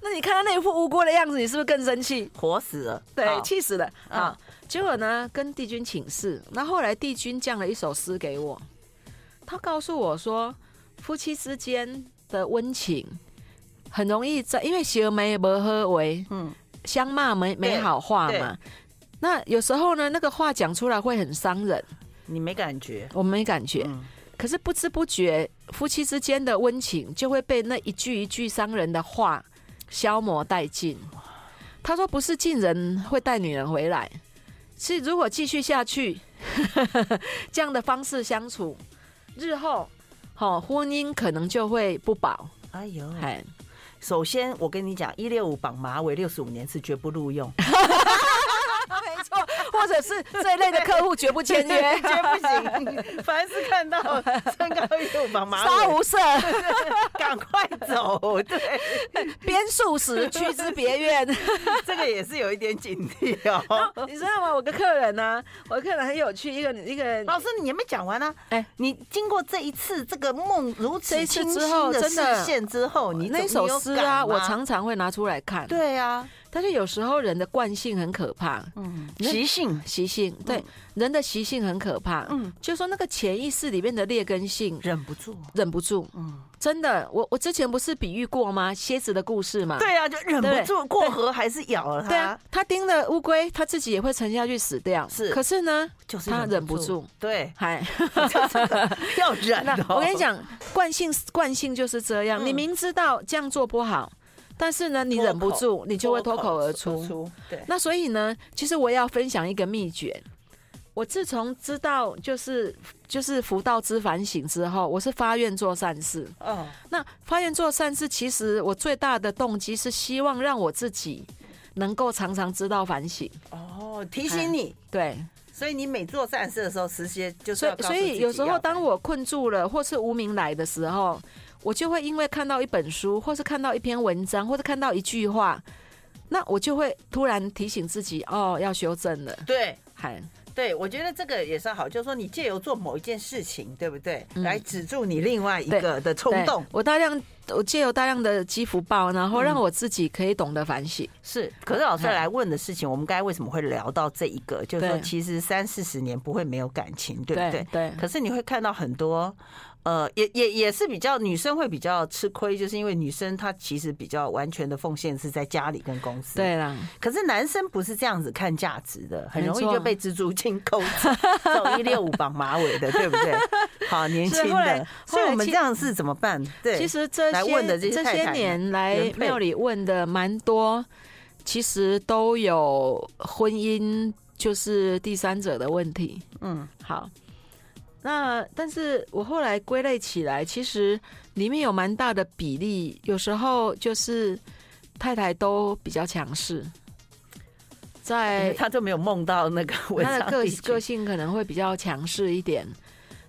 [SPEAKER 2] 那你看他那一副无辜的样子，你是不是更生气？
[SPEAKER 1] 活死了，
[SPEAKER 2] 对，
[SPEAKER 1] 好
[SPEAKER 2] 气死了
[SPEAKER 1] 嗯
[SPEAKER 2] 啊！结果呢，跟帝君请示，那后来帝君降了一首诗给我，他告诉我说，夫妻之间的温情很容易在，因为邪梅不喝为
[SPEAKER 1] 嗯，
[SPEAKER 2] 相骂没没
[SPEAKER 1] 对
[SPEAKER 2] 好话
[SPEAKER 1] 对
[SPEAKER 2] 嘛。那有时候呢，那个话讲出来会很伤人，
[SPEAKER 1] 你没感觉，
[SPEAKER 2] 我没感觉。
[SPEAKER 1] 嗯，
[SPEAKER 2] 可是不知不觉，夫妻之间的温情就会被那一句一句伤人的话消磨殆尽。他说：“不是近人会带女人回来，是如果继续下去 这样的方式相处，日后好、婚姻可能就会不保。
[SPEAKER 1] 哎呦，
[SPEAKER 2] 哎，
[SPEAKER 1] 首先我跟你讲，一六五绑马尾，六十五年是绝不录 用。
[SPEAKER 2] 没错， 或者是这一类的客户绝不签 约，
[SPEAKER 1] 绝不行， 凡是看到身高一六绑 马
[SPEAKER 2] 杀
[SPEAKER 1] 尾，
[SPEAKER 2] 无赦，
[SPEAKER 1] 赶快走。 对，
[SPEAKER 2] 鞭数十，驱之别院。”
[SPEAKER 1] 这个也是有一点警惕哦。
[SPEAKER 2] 你知道吗？我个客人呢、我的客人很有趣，一个一个
[SPEAKER 1] 老师，你还没讲完呢。
[SPEAKER 2] 哎
[SPEAKER 1] 哎，你经过这一次这个梦如
[SPEAKER 2] 这
[SPEAKER 1] 此
[SPEAKER 2] 一次
[SPEAKER 1] 清晰
[SPEAKER 2] 之后
[SPEAKER 1] 的
[SPEAKER 2] 真的
[SPEAKER 1] 视线之后，你
[SPEAKER 2] 那
[SPEAKER 1] 怎
[SPEAKER 2] 首
[SPEAKER 1] 你有
[SPEAKER 2] 诗
[SPEAKER 1] 感
[SPEAKER 2] 啊，
[SPEAKER 1] 吗
[SPEAKER 2] 我常常会拿出来看。，
[SPEAKER 1] 对啊，
[SPEAKER 2] 但是有时候人的惯性很可怕，
[SPEAKER 1] 嗯，
[SPEAKER 2] 那
[SPEAKER 1] 习性，
[SPEAKER 2] 习性对、
[SPEAKER 1] 嗯
[SPEAKER 2] 人的习性很可怕。嗯
[SPEAKER 1] 嗯，
[SPEAKER 2] 就说那个潜意识里面的劣根性，
[SPEAKER 1] 忍不住，
[SPEAKER 2] 忍不住，
[SPEAKER 1] 嗯，
[SPEAKER 2] 真的，我我之前不是比喻过吗？蝎子的故事嘛。。
[SPEAKER 1] 对啊，就忍不住过河还是咬了
[SPEAKER 2] 对啊
[SPEAKER 1] 它，，
[SPEAKER 2] 他盯了乌龟，他自己也会沉下去死掉。
[SPEAKER 1] 是
[SPEAKER 2] 可是呢，
[SPEAKER 1] 就是
[SPEAKER 2] 他忍不，住。
[SPEAKER 1] 对，
[SPEAKER 2] 嗨，
[SPEAKER 1] 就是 要忍
[SPEAKER 2] 那
[SPEAKER 1] 哦。
[SPEAKER 2] 我跟你讲，惯性惯性就是这样。
[SPEAKER 1] 嗯
[SPEAKER 2] 你明知道这样做不好，但是呢，你
[SPEAKER 1] 脱
[SPEAKER 2] 忍不
[SPEAKER 1] 口
[SPEAKER 2] 住，你就会脱口而出。
[SPEAKER 1] 出，对，
[SPEAKER 2] 那所以呢，其实我也要分享一个秘诀。我自从知道就是就是福道之反省之后，我是发愿做善事。
[SPEAKER 1] 哦，
[SPEAKER 2] 那发愿做善事，其实我最大的动机是希望让我自己能够常常知道反省。哎
[SPEAKER 1] 哦，提醒你，
[SPEAKER 2] 对，
[SPEAKER 1] 所以你每做善事的时候，直接就是
[SPEAKER 2] 所
[SPEAKER 1] 要
[SPEAKER 2] 以，
[SPEAKER 1] 啊告诉
[SPEAKER 2] 所
[SPEAKER 1] 自
[SPEAKER 2] 以
[SPEAKER 1] 己
[SPEAKER 2] 有时候
[SPEAKER 1] 要
[SPEAKER 2] 当我困住了，或是无名来的时候，我就会因为看到一本书，或是看到一篇文章，或是看到一句话，那我就会突然提醒自己，哦，要修正了。
[SPEAKER 1] 对
[SPEAKER 2] 还
[SPEAKER 1] 对，我觉得这个也是好，就是说你借由做某一件事情，对不对，
[SPEAKER 2] 嗯
[SPEAKER 1] 来止住你另外一
[SPEAKER 2] 对
[SPEAKER 1] 个的冲动。
[SPEAKER 2] 我大量我借由大量的积福报，然后让
[SPEAKER 1] 嗯
[SPEAKER 2] 我自己可以懂得反省。
[SPEAKER 1] 是，可是老师
[SPEAKER 2] 嗯
[SPEAKER 1] 来问的事情，我们刚才为什么会聊到这一个？就是说，
[SPEAKER 2] 对
[SPEAKER 1] 其实三四十年不会没有感情，对不对？
[SPEAKER 2] 对
[SPEAKER 1] 可是你会看到很多，呃，也也也是比较女生会比较吃亏，就是因为女生她其实比较完全的奉献是在家里跟公司。。
[SPEAKER 2] 对啦，
[SPEAKER 1] 可是男生不是这样子看价值的，很容易
[SPEAKER 2] 没错
[SPEAKER 1] 就被蜘蛛精扣 走，走一六五绑马尾的，对不对？好年
[SPEAKER 2] 是
[SPEAKER 1] 轻
[SPEAKER 2] 后来
[SPEAKER 1] 的，所以
[SPEAKER 2] 后来
[SPEAKER 1] 我们
[SPEAKER 2] 其
[SPEAKER 1] 这样是怎么办？对，
[SPEAKER 2] 其实这
[SPEAKER 1] 来
[SPEAKER 2] 些
[SPEAKER 1] 问的这
[SPEAKER 2] 这
[SPEAKER 1] 些太太
[SPEAKER 2] 些
[SPEAKER 1] 们
[SPEAKER 2] 年来
[SPEAKER 1] 原配
[SPEAKER 2] 庙里问的蛮多，其实都有婚姻就是第三者的问题。
[SPEAKER 1] 嗯，
[SPEAKER 2] 好，那但是我后来归类起来，其实里面有蛮大的比例，有时候就是太太都比较强势，在
[SPEAKER 1] 他就没有梦到那个文
[SPEAKER 2] 她
[SPEAKER 1] 章
[SPEAKER 2] 哎的个
[SPEAKER 1] 地区
[SPEAKER 2] 个性可能会比较强势一点。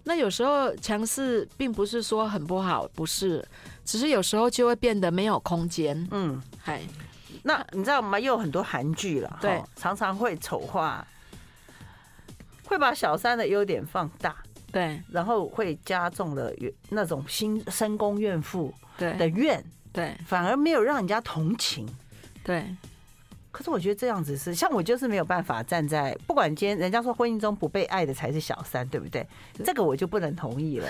[SPEAKER 2] 那有时候强势并不是说很不好，不是，只是有时候就会变得没有空间。
[SPEAKER 1] 嗯。
[SPEAKER 2] 哎，
[SPEAKER 1] 那你知道吗？又有很多韩剧了，
[SPEAKER 2] 对
[SPEAKER 1] 齁，常常会丑化，会把小三的优点放大，
[SPEAKER 2] 对
[SPEAKER 1] 然后会加重了原那种新深宫怨妇的
[SPEAKER 2] 对
[SPEAKER 1] 怨，
[SPEAKER 2] 对
[SPEAKER 1] 反而没有让人家同情。
[SPEAKER 2] 对，
[SPEAKER 1] 可是我觉得这样子是，像我就是没有办法站在，不管今天人家说婚姻中不被爱的才是小三，对不对？这个我就不能同意了。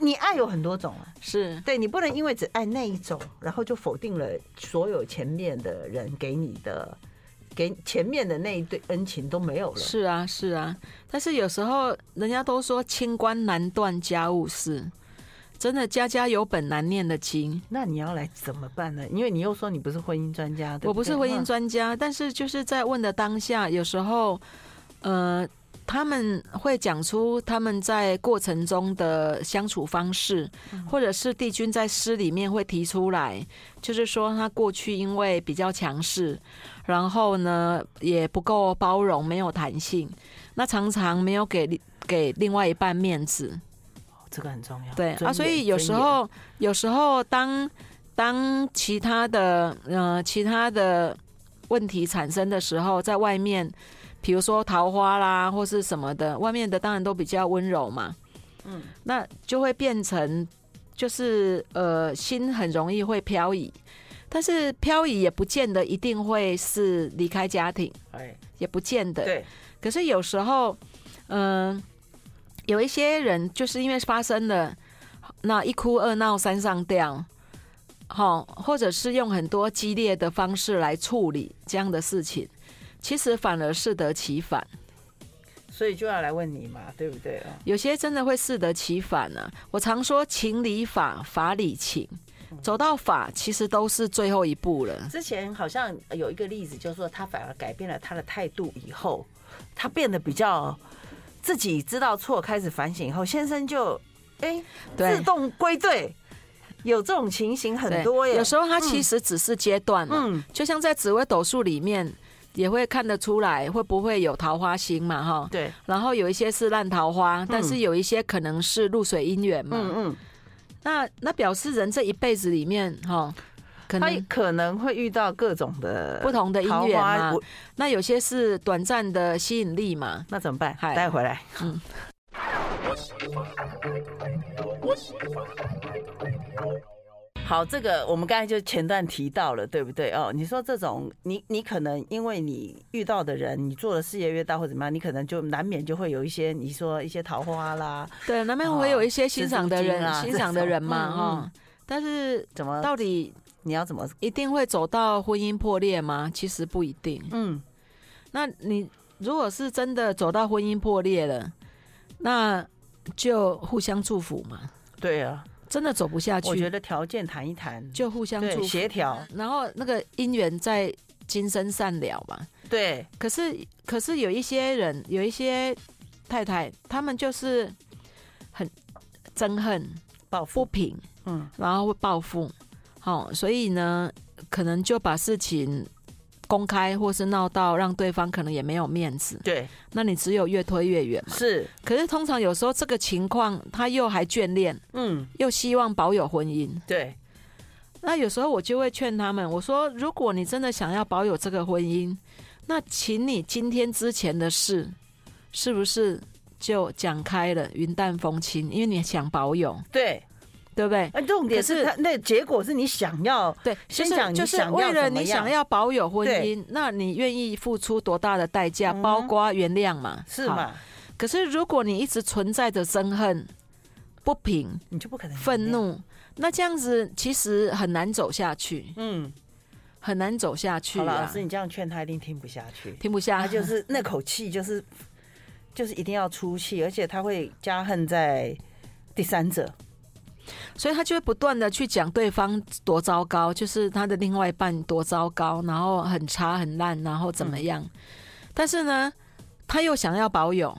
[SPEAKER 1] 你你爱有很多种啊，
[SPEAKER 2] 是
[SPEAKER 1] 对你不能因为只爱那一种，然后就否定了所有前面的人给你的，给前面的那一对恩情都没有了。
[SPEAKER 2] 是啊是啊。但是有时候人家都说清官难断家务事，真的家家有本难念的经。
[SPEAKER 1] 那你要来怎么办呢？因为你又说你不是婚姻专家，对
[SPEAKER 2] 我不是
[SPEAKER 1] 对
[SPEAKER 2] 婚姻
[SPEAKER 1] 嗯
[SPEAKER 2] 专家，但是就是在问的当下，有时候，呃，他们会讲出他们在过程中的相处方式，
[SPEAKER 1] 嗯
[SPEAKER 2] 或者是帝君在诗里面会提出来，就是说他过去因为比较强势，然后呢也不够包容，没有弹性，那常常没有给另给另外一半面子，
[SPEAKER 1] 这个很重要。
[SPEAKER 2] 对
[SPEAKER 1] 尊
[SPEAKER 2] 啊，所
[SPEAKER 1] 严
[SPEAKER 2] 以有时，候，有时候当当其他的呃其他的问题产生的时候，在外面，比如说桃花啦或是什么的，外面的当然都比较温柔嘛，
[SPEAKER 1] 嗯，
[SPEAKER 2] 那就会变成就是呃心很容易会漂移，但是漂移也不见得一定会是离开家庭，
[SPEAKER 1] 尊严哎，
[SPEAKER 2] 也不见得，
[SPEAKER 1] 对，
[SPEAKER 2] 可是有时候，嗯、有一些人就是因为发生了那一哭二闹三上吊，好，或者是用很多激烈的方式来处理这样的事情，其实反而适得其反。
[SPEAKER 1] 所以就要来问你嘛，对不对啊？
[SPEAKER 2] 有些真的会适得其反啊。我常说情理法，法理情，走到法其实都是最后一步了。
[SPEAKER 1] 之前好像有一个例子，就是说他反而改变了他的态度以后，他变得比较自己知道错，开始反省以后，先生就哎、
[SPEAKER 2] 对
[SPEAKER 1] 自动归队，有这种情形很
[SPEAKER 2] 对
[SPEAKER 1] 多耶。
[SPEAKER 2] 有时候它其实只是阶段嘛，
[SPEAKER 1] 嗯，
[SPEAKER 2] 就像在紫微斗数里面也会看得出来会不会有桃花星嘛，哈。
[SPEAKER 1] 对，
[SPEAKER 2] 然后有一些是烂桃花，但是有一些可能是露水姻缘嘛。
[SPEAKER 1] 嗯
[SPEAKER 2] 那那表示人这一辈子里面，哈，可
[SPEAKER 1] 嗯，他
[SPEAKER 2] 能
[SPEAKER 1] 可能会遇到各种的
[SPEAKER 2] 不同的
[SPEAKER 1] 桃
[SPEAKER 2] 姻缘
[SPEAKER 1] 花
[SPEAKER 2] 嘛，
[SPEAKER 1] 我，
[SPEAKER 2] 那有些是短暂的吸引力嘛。
[SPEAKER 1] 那怎么办？
[SPEAKER 2] 嗨嗯
[SPEAKER 1] 带回来。好，这个我们刚才就前段提到了，对不对？哦，你说这种，你你可能因为你遇到的人，你做的事业越大或怎么样，你可能就难免就会有一些，你说一些桃花啦，
[SPEAKER 2] 对，难免会有一些欣赏的人，
[SPEAKER 1] 哦蜘蛛精啊
[SPEAKER 2] 欣赏的人嘛，
[SPEAKER 1] 这种
[SPEAKER 2] 哈、
[SPEAKER 1] 嗯
[SPEAKER 2] 但是
[SPEAKER 1] 怎么
[SPEAKER 2] 到底
[SPEAKER 1] 你要怎么？
[SPEAKER 2] 一定会走到婚姻破裂吗？其实不一定。
[SPEAKER 1] 嗯，
[SPEAKER 2] 那你如果是真的走到婚姻破裂了，那就互相祝福嘛。
[SPEAKER 1] 对啊，
[SPEAKER 2] 真的走不下
[SPEAKER 1] 我觉
[SPEAKER 2] 去，
[SPEAKER 1] 得条件谈一谈，
[SPEAKER 2] 就互相祝
[SPEAKER 1] 对
[SPEAKER 2] 福，
[SPEAKER 1] 协调，
[SPEAKER 2] 然后那个姻缘在今生善了嘛。
[SPEAKER 1] 对，
[SPEAKER 2] 可是，可是有一些人，有一些太太，他们就是很憎恨、
[SPEAKER 1] 报
[SPEAKER 2] 不
[SPEAKER 1] 复，
[SPEAKER 2] 平，
[SPEAKER 1] 嗯，
[SPEAKER 2] 然后会报复，好、所以呢，可能就把事情公开，或是闹到让对方可能也没有面子，
[SPEAKER 1] 对，
[SPEAKER 2] 那你只有越推越远嘛。
[SPEAKER 1] 是，
[SPEAKER 2] 可是通常有时候这个情况，他又还眷恋，
[SPEAKER 1] 嗯，
[SPEAKER 2] 又希望保有婚姻，
[SPEAKER 1] 对，
[SPEAKER 2] 那有时候我就会劝他们，我说，如果你真的想要保有这个婚姻，那请你今天之前的事，是不是就讲开了，云淡风轻，因为你想保有，
[SPEAKER 1] 对。
[SPEAKER 2] 对不对？
[SPEAKER 1] 那重点
[SPEAKER 2] 可
[SPEAKER 1] 是
[SPEAKER 2] 是
[SPEAKER 1] 他那结果是你想要，
[SPEAKER 2] 对，就
[SPEAKER 1] 先讲
[SPEAKER 2] 是
[SPEAKER 1] 你
[SPEAKER 2] 就是
[SPEAKER 1] 想要
[SPEAKER 2] 为了
[SPEAKER 1] 怎么
[SPEAKER 2] 你
[SPEAKER 1] 样
[SPEAKER 2] 想要保有婚
[SPEAKER 1] 对
[SPEAKER 2] 姻，那你愿意付出多大的代价，
[SPEAKER 1] 嗯哼
[SPEAKER 2] 包括原谅嘛？
[SPEAKER 1] 是
[SPEAKER 2] 好？
[SPEAKER 1] 嘛？
[SPEAKER 2] 可是如果你一直存在着憎恨、不平、
[SPEAKER 1] 你就不可能
[SPEAKER 2] 愤，怒，那这样子其实很难走下去，
[SPEAKER 1] 嗯，
[SPEAKER 2] 很难走下去
[SPEAKER 1] 好了，老
[SPEAKER 2] 啊
[SPEAKER 1] 师，！你这样劝他一定听不下去，
[SPEAKER 2] 听不啊下，
[SPEAKER 1] 他就是那口气，就是就是一定要出气，而且他会加恨在第三者，
[SPEAKER 2] 所以他就会不断的去讲对方多糟糕，就是他的另外一半多糟糕，然后很差很烂，然后怎么样。
[SPEAKER 1] 嗯
[SPEAKER 2] 但是呢，他又想要保有，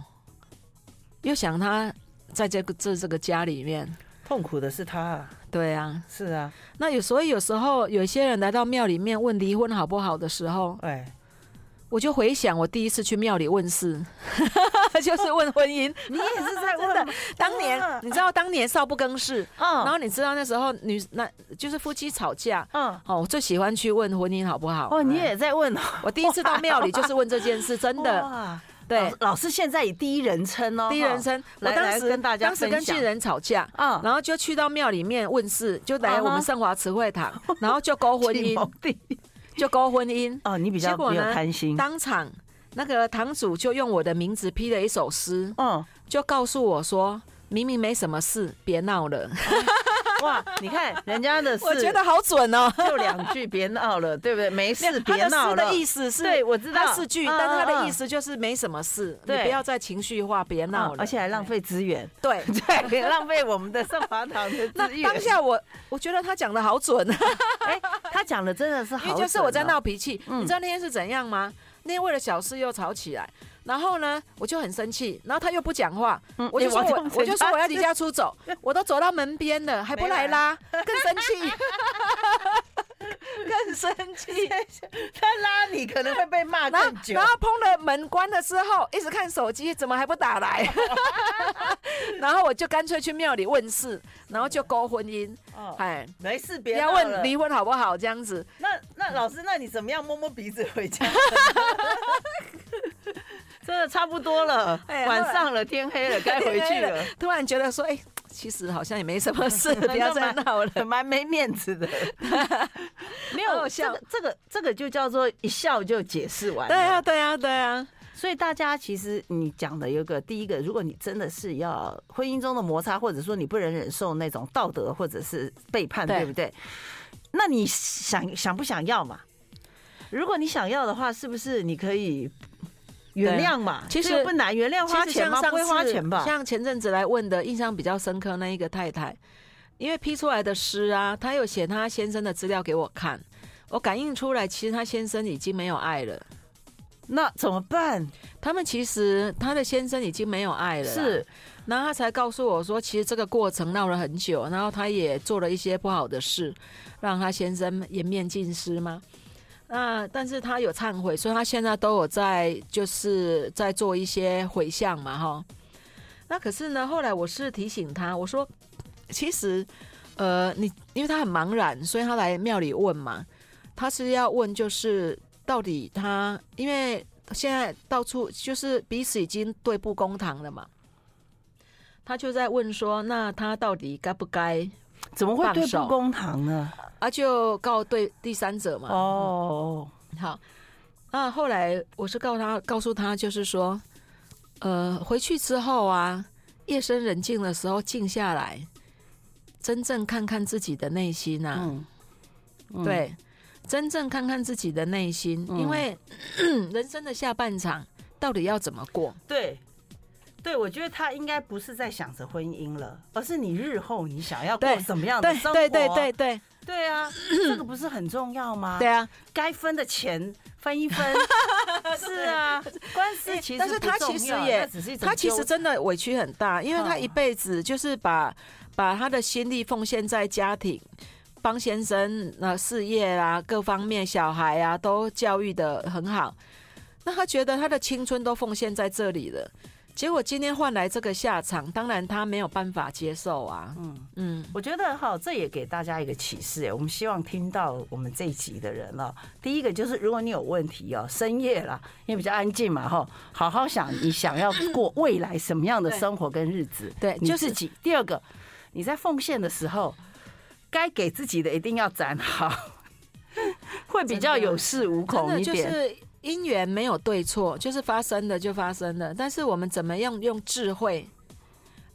[SPEAKER 2] 又想他在这个这这个家里面，
[SPEAKER 1] 痛苦的是他啊，
[SPEAKER 2] 对啊。
[SPEAKER 1] 是啊，
[SPEAKER 2] 那有所以有时候有些人来到庙里面问离婚好不好的时候，
[SPEAKER 1] 哎，
[SPEAKER 2] 我就回想我第一次去庙里问事， 就是问婚姻。
[SPEAKER 1] 你也是在问 啊
[SPEAKER 2] 真的，当年你知道当年少不更事，哦然
[SPEAKER 1] 嗯
[SPEAKER 2] 后你知道那时候女那就是夫妻吵架，
[SPEAKER 1] 嗯，
[SPEAKER 2] 哦，我最喜欢去问婚姻好不好。
[SPEAKER 1] 哦，你也在问哦，
[SPEAKER 2] 哎，我第一次到庙里就是问这件 事，真的，
[SPEAKER 1] 哇，
[SPEAKER 2] 对
[SPEAKER 1] 老，老师现在以第一人称哦，
[SPEAKER 2] 第一人称。哦我
[SPEAKER 1] 来
[SPEAKER 2] 当
[SPEAKER 1] 来
[SPEAKER 2] 时
[SPEAKER 1] 跟大家
[SPEAKER 2] 当时
[SPEAKER 1] 分
[SPEAKER 2] 跟
[SPEAKER 1] 享
[SPEAKER 2] 巨人吵架，
[SPEAKER 1] 哈， 嗯，
[SPEAKER 2] 然后就去到庙里面问事，就来我
[SPEAKER 1] 啊哈
[SPEAKER 2] 们圣华慈惠堂， 然后就勾婚
[SPEAKER 1] 启
[SPEAKER 2] 姻
[SPEAKER 1] 蒙，地
[SPEAKER 2] 就勾婚姻，
[SPEAKER 1] 哦，你比较
[SPEAKER 2] 结果
[SPEAKER 1] 没有
[SPEAKER 2] 呢
[SPEAKER 1] 贪心，
[SPEAKER 2] 当场。那个堂主就用我的名字批了一首诗，
[SPEAKER 1] 嗯。
[SPEAKER 2] 就告诉我说：“明明没什么事，别闹了。
[SPEAKER 1] 哇，你看人家的”事，
[SPEAKER 2] 我觉得好准哦。
[SPEAKER 1] 就两句，别闹了，对不对？没事，
[SPEAKER 2] 他
[SPEAKER 1] 别
[SPEAKER 2] 的
[SPEAKER 1] 闹
[SPEAKER 2] 诗
[SPEAKER 1] 了
[SPEAKER 2] 的。意思是，
[SPEAKER 1] 对，我知道嗯
[SPEAKER 2] 他是句，但他的意
[SPEAKER 1] 思
[SPEAKER 2] 思就是没什么事，你
[SPEAKER 1] 对
[SPEAKER 2] 不要再情绪化，别闹了，
[SPEAKER 1] 哦而且还浪费资源，
[SPEAKER 2] 对。
[SPEAKER 1] 对，浪费我们的圣华堂的资
[SPEAKER 2] 那
[SPEAKER 1] 源
[SPEAKER 2] 当。下我我觉得他讲的好准，
[SPEAKER 1] 哎，他讲的真的是
[SPEAKER 2] 因为
[SPEAKER 1] 好，啊
[SPEAKER 2] 就是我在闹，脾气。
[SPEAKER 1] 嗯
[SPEAKER 2] 你知道那天是怎样吗？那天为了小事又吵起来，然后呢，我就很生气，然后他又不讲话，
[SPEAKER 1] 嗯
[SPEAKER 2] 我就说
[SPEAKER 1] 哎
[SPEAKER 2] 我
[SPEAKER 1] 忘记
[SPEAKER 2] 我就说我要离
[SPEAKER 1] 了
[SPEAKER 2] 家出 走，我都走到门边了，还不来拉，更生气，更生气。
[SPEAKER 1] 他拉你可能会被骂
[SPEAKER 2] 然后
[SPEAKER 1] 更，久
[SPEAKER 2] 然。后砰了门关了之后，一直看手机，怎么还不 打来？然后我就干脆去庙里问事，然后就勾婚姻，
[SPEAKER 1] 哦
[SPEAKER 2] 哎，
[SPEAKER 1] 没事，
[SPEAKER 2] 不
[SPEAKER 1] 别
[SPEAKER 2] 要
[SPEAKER 1] 闹
[SPEAKER 2] 问
[SPEAKER 1] 了
[SPEAKER 2] 离婚好不好这 样子。
[SPEAKER 1] 那那老师，那你怎么样摸摸鼻子回 家？ 真的差不多了，
[SPEAKER 2] 哎呀
[SPEAKER 1] 晚上了，天黑了，该回去
[SPEAKER 2] 天黑
[SPEAKER 1] 了，
[SPEAKER 2] 突然觉得说，哎、其实好像也没什 么事，不要再闹了。
[SPEAKER 1] 蛮没面子 的。没
[SPEAKER 2] 好好
[SPEAKER 1] 有这
[SPEAKER 2] 笑
[SPEAKER 1] 个这个这个就叫做一笑就解释完。
[SPEAKER 2] 对啊，，对啊，对啊，
[SPEAKER 1] 所以大家其实你讲的有个第一个，如果你真的是要婚姻中的摩擦，或者说你不能忍受那种道德或者是背叛，
[SPEAKER 2] 对
[SPEAKER 1] 对不对？那你想想不想要嘛？如果你想要的话，是不是你可以原谅嘛？
[SPEAKER 2] 啊其实
[SPEAKER 1] 这个不难，原谅花
[SPEAKER 2] 其实
[SPEAKER 1] 钱
[SPEAKER 2] 像
[SPEAKER 1] 吗？
[SPEAKER 2] 上
[SPEAKER 1] 不会花
[SPEAKER 2] 次
[SPEAKER 1] 钱吧？
[SPEAKER 2] 像前阵子来问的，印象比较深刻那一个太太，因为批出来的诗啊，她有写她先生的资料给我看，我感应出来，其实她先生已经没有爱了。
[SPEAKER 1] 那怎么办？
[SPEAKER 2] 他们其实她的先生已经没有爱了，
[SPEAKER 1] 是。
[SPEAKER 2] 然后她才告诉我说，其实这个过程闹了很久，然后她也做了一些不好的事，让她先生颜面尽失嘛。那、但是她有忏悔，所以她现在都有在就是在做一些回向嘛，哈。那可是呢，后来我是提醒她，我说其实呃，你因为她很茫然，所以她来庙里问嘛，她是要问就是到底她因为。现在到处就是彼此已经对簿公堂了嘛，他就在问说，那他到底该不该？
[SPEAKER 1] 怎么会对
[SPEAKER 2] 放
[SPEAKER 1] 簿
[SPEAKER 2] 手
[SPEAKER 1] 公堂呢？
[SPEAKER 2] 啊，就告对第三者嘛。，嗯
[SPEAKER 1] 哦，
[SPEAKER 2] 好。那后来我是告他，告诉他就是说，呃，回去之后啊，夜深人静的时候静下来，真正看看自己的内心啊，
[SPEAKER 1] 嗯，嗯，
[SPEAKER 2] 对，真正看看自己的内心，
[SPEAKER 1] 嗯
[SPEAKER 2] 因为嗯人生的下半场到底要怎么过？
[SPEAKER 1] 对，对，我觉得他应该不是在想着婚姻了，而是你日后你想要过
[SPEAKER 2] 对
[SPEAKER 1] 什么样的
[SPEAKER 2] 对
[SPEAKER 1] 生活？
[SPEAKER 2] 对对对对
[SPEAKER 1] 对啊，这个不是很重要吗？
[SPEAKER 2] 对，啊！
[SPEAKER 1] 该分的钱分一 分，是啊，官司其实
[SPEAKER 2] 哎但是
[SPEAKER 1] 不
[SPEAKER 2] 他
[SPEAKER 1] 重
[SPEAKER 2] 其实
[SPEAKER 1] 要
[SPEAKER 2] 也
[SPEAKER 1] 那只是一种
[SPEAKER 2] 他其
[SPEAKER 1] 纠
[SPEAKER 2] 实真的委屈很大，因为他
[SPEAKER 1] 嗯
[SPEAKER 2] 一辈子就是把把他的心力奉献在家庭，帮先生呃事业啦、各方面小孩啊都教育的很好，那他觉得他的青春都奉献在这里了，结果今天换来这个下场，当然他没有办法接受啊。嗯嗯，
[SPEAKER 1] 我觉得哈，这也给大家一个启示哎，我们希望听到我们这一集的人哦，第一个就是如果你有问题哦，深夜啦，因为比较安静嘛哈，好好想你想要过未来什么样的生活跟日子，
[SPEAKER 2] 对
[SPEAKER 1] 你
[SPEAKER 2] 就是
[SPEAKER 1] 自己。第二个，你在奉献的时候，该给自己的一定要攒好， 会比较
[SPEAKER 2] 真的
[SPEAKER 1] 有恃无
[SPEAKER 2] 真
[SPEAKER 1] 恐
[SPEAKER 2] 的
[SPEAKER 1] 一
[SPEAKER 2] 就
[SPEAKER 1] 点。
[SPEAKER 2] 是因缘没有对错，就是发生的就发生了，但是我们怎么样用智慧，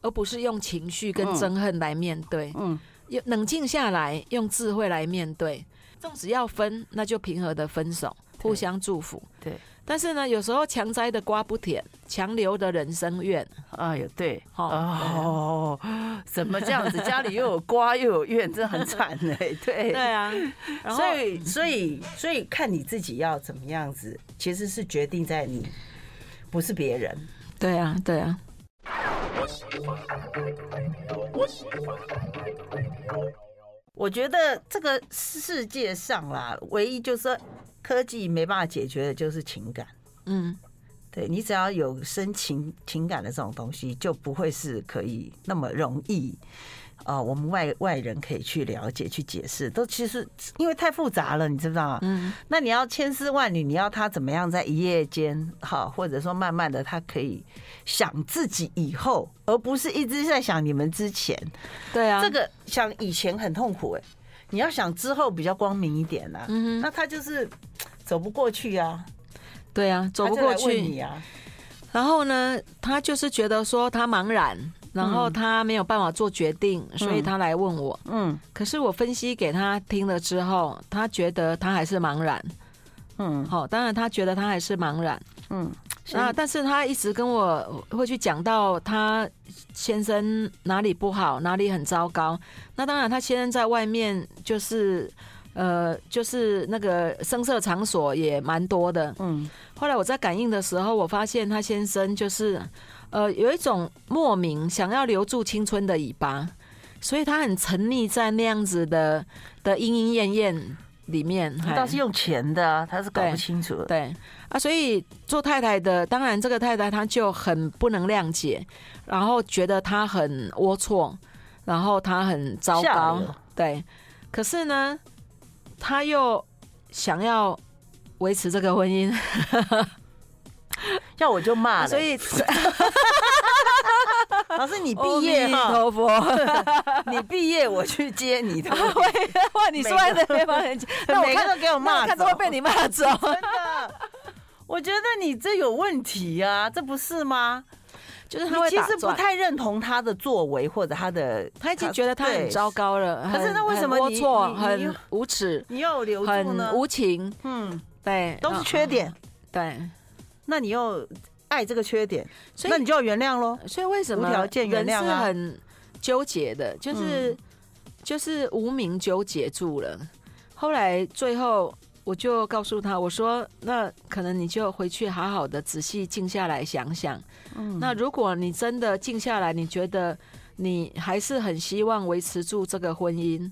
[SPEAKER 2] 而不是用情绪跟
[SPEAKER 1] 嗯
[SPEAKER 2] 憎恨来面对。
[SPEAKER 1] 嗯，
[SPEAKER 2] 用冷静下来，用智慧来面对。纵使要分，那就平和的分手，互相祝福。
[SPEAKER 1] 对，
[SPEAKER 2] 但是呢，有时候强摘的瓜不甜，强留的人生怨。
[SPEAKER 1] 哎呦，对，
[SPEAKER 2] 哦
[SPEAKER 1] 哦，
[SPEAKER 2] 啊
[SPEAKER 1] 怎么这样子？家里又有瓜又有怨，真的很 惨哎。对
[SPEAKER 2] 对，啊，然后
[SPEAKER 1] 所以所以所以看你自己要怎么样子，其实是决定在你，不是别人。
[SPEAKER 2] 对啊，对啊。
[SPEAKER 1] 我觉得这个世界上啦，唯一就是说科技没办法解决的就是情感。
[SPEAKER 2] 嗯，
[SPEAKER 1] 对你只要有深情情感的这种东西，就不会是可以那么容易，呃，我们外外人可以去了解、去解释，都其实因为太复杂了，你知不知道吗？嗯，那你要千丝万缕，你要他怎么样在一夜间，哈，或者说慢慢的，他可以想自己以后，而不是一直在想你们之前。
[SPEAKER 2] 对啊，
[SPEAKER 1] 这个想以前很痛苦哎、你要想之后比较光明一点呐、
[SPEAKER 2] 嗯
[SPEAKER 1] 那他就是嘖走不过去啊，
[SPEAKER 2] 对啊，走不
[SPEAKER 1] 他就
[SPEAKER 2] 过
[SPEAKER 1] 来问你
[SPEAKER 2] 去。
[SPEAKER 1] 啊，
[SPEAKER 2] 然后呢，他就是觉得说他茫然，然后他没有办法做决定，所以他来问我。
[SPEAKER 1] 嗯
[SPEAKER 2] 可是我分析给他听了之后，他觉得他还是茫然。
[SPEAKER 1] 嗯
[SPEAKER 2] 好、当然他觉得他还是茫然。
[SPEAKER 1] 嗯，
[SPEAKER 2] 啊，但是他一直跟我会去讲到他先生哪里不好，哪里很糟糕。那当然，他先生在外面就是呃，就是那个声色场所也蛮多的。
[SPEAKER 1] 嗯
[SPEAKER 2] 后来我在感应的时候，我发现他先生就是呃有一种莫名想要留住青春的尾巴，所以他很沉溺在那样子的的莺莺燕燕里面。
[SPEAKER 1] 他
[SPEAKER 2] 嘿
[SPEAKER 1] 倒是用钱的啊，他是搞不
[SPEAKER 2] 对
[SPEAKER 1] 清楚的。
[SPEAKER 2] 对啊，所以做太太的，当然这个太太她就很不能谅解，然后觉得她很龌龊，然后她很糟
[SPEAKER 1] 下
[SPEAKER 2] 糕
[SPEAKER 1] 流，
[SPEAKER 2] 对。可是呢，她又想要维持这个婚姻，
[SPEAKER 1] 要我就骂了，
[SPEAKER 2] 所以
[SPEAKER 1] 啊老师你毕业
[SPEAKER 2] 阿弥
[SPEAKER 1] 哈，
[SPEAKER 2] 陀佛，
[SPEAKER 1] 你毕业我去接你 的，
[SPEAKER 2] 喂哇，你说在这帮人家，那我
[SPEAKER 1] 每
[SPEAKER 2] 看
[SPEAKER 1] 个都给我
[SPEAKER 2] 那
[SPEAKER 1] 骂
[SPEAKER 2] 我看
[SPEAKER 1] 走
[SPEAKER 2] 都， 会被你骂走。
[SPEAKER 1] 真的。我觉得你这有问题啊，这不是吗？
[SPEAKER 2] 就是
[SPEAKER 1] 你
[SPEAKER 2] 他会
[SPEAKER 1] 其
[SPEAKER 2] 打
[SPEAKER 1] 实不
[SPEAKER 2] 转，
[SPEAKER 1] 太认同他的作为或者他的，
[SPEAKER 2] 他已经觉得他
[SPEAKER 1] 对
[SPEAKER 2] 很糟糕了，
[SPEAKER 1] 可是
[SPEAKER 2] 很
[SPEAKER 1] 那为什么
[SPEAKER 2] 很
[SPEAKER 1] 你
[SPEAKER 2] 龌龊、
[SPEAKER 1] 你你又
[SPEAKER 2] 很无耻、
[SPEAKER 1] 你要留住呢
[SPEAKER 2] 很？无情？
[SPEAKER 1] 嗯，
[SPEAKER 2] 对，嗯
[SPEAKER 1] 都是缺点。
[SPEAKER 2] 对，
[SPEAKER 1] 那你又爱这个缺点，
[SPEAKER 2] 所
[SPEAKER 1] 那你
[SPEAKER 2] 以
[SPEAKER 1] 就要原谅喽。
[SPEAKER 2] 所以为什
[SPEAKER 1] 无
[SPEAKER 2] 么
[SPEAKER 1] 条件原
[SPEAKER 2] 人是
[SPEAKER 1] 谅啊嗯
[SPEAKER 2] 很纠结的，就是、就是无名纠结住了。后来最后我就告诉他，我说那可能你就回去好好的仔细静下来想想。嗯，那如果你真的静下来，你觉得你还是很希望维持住这个婚姻，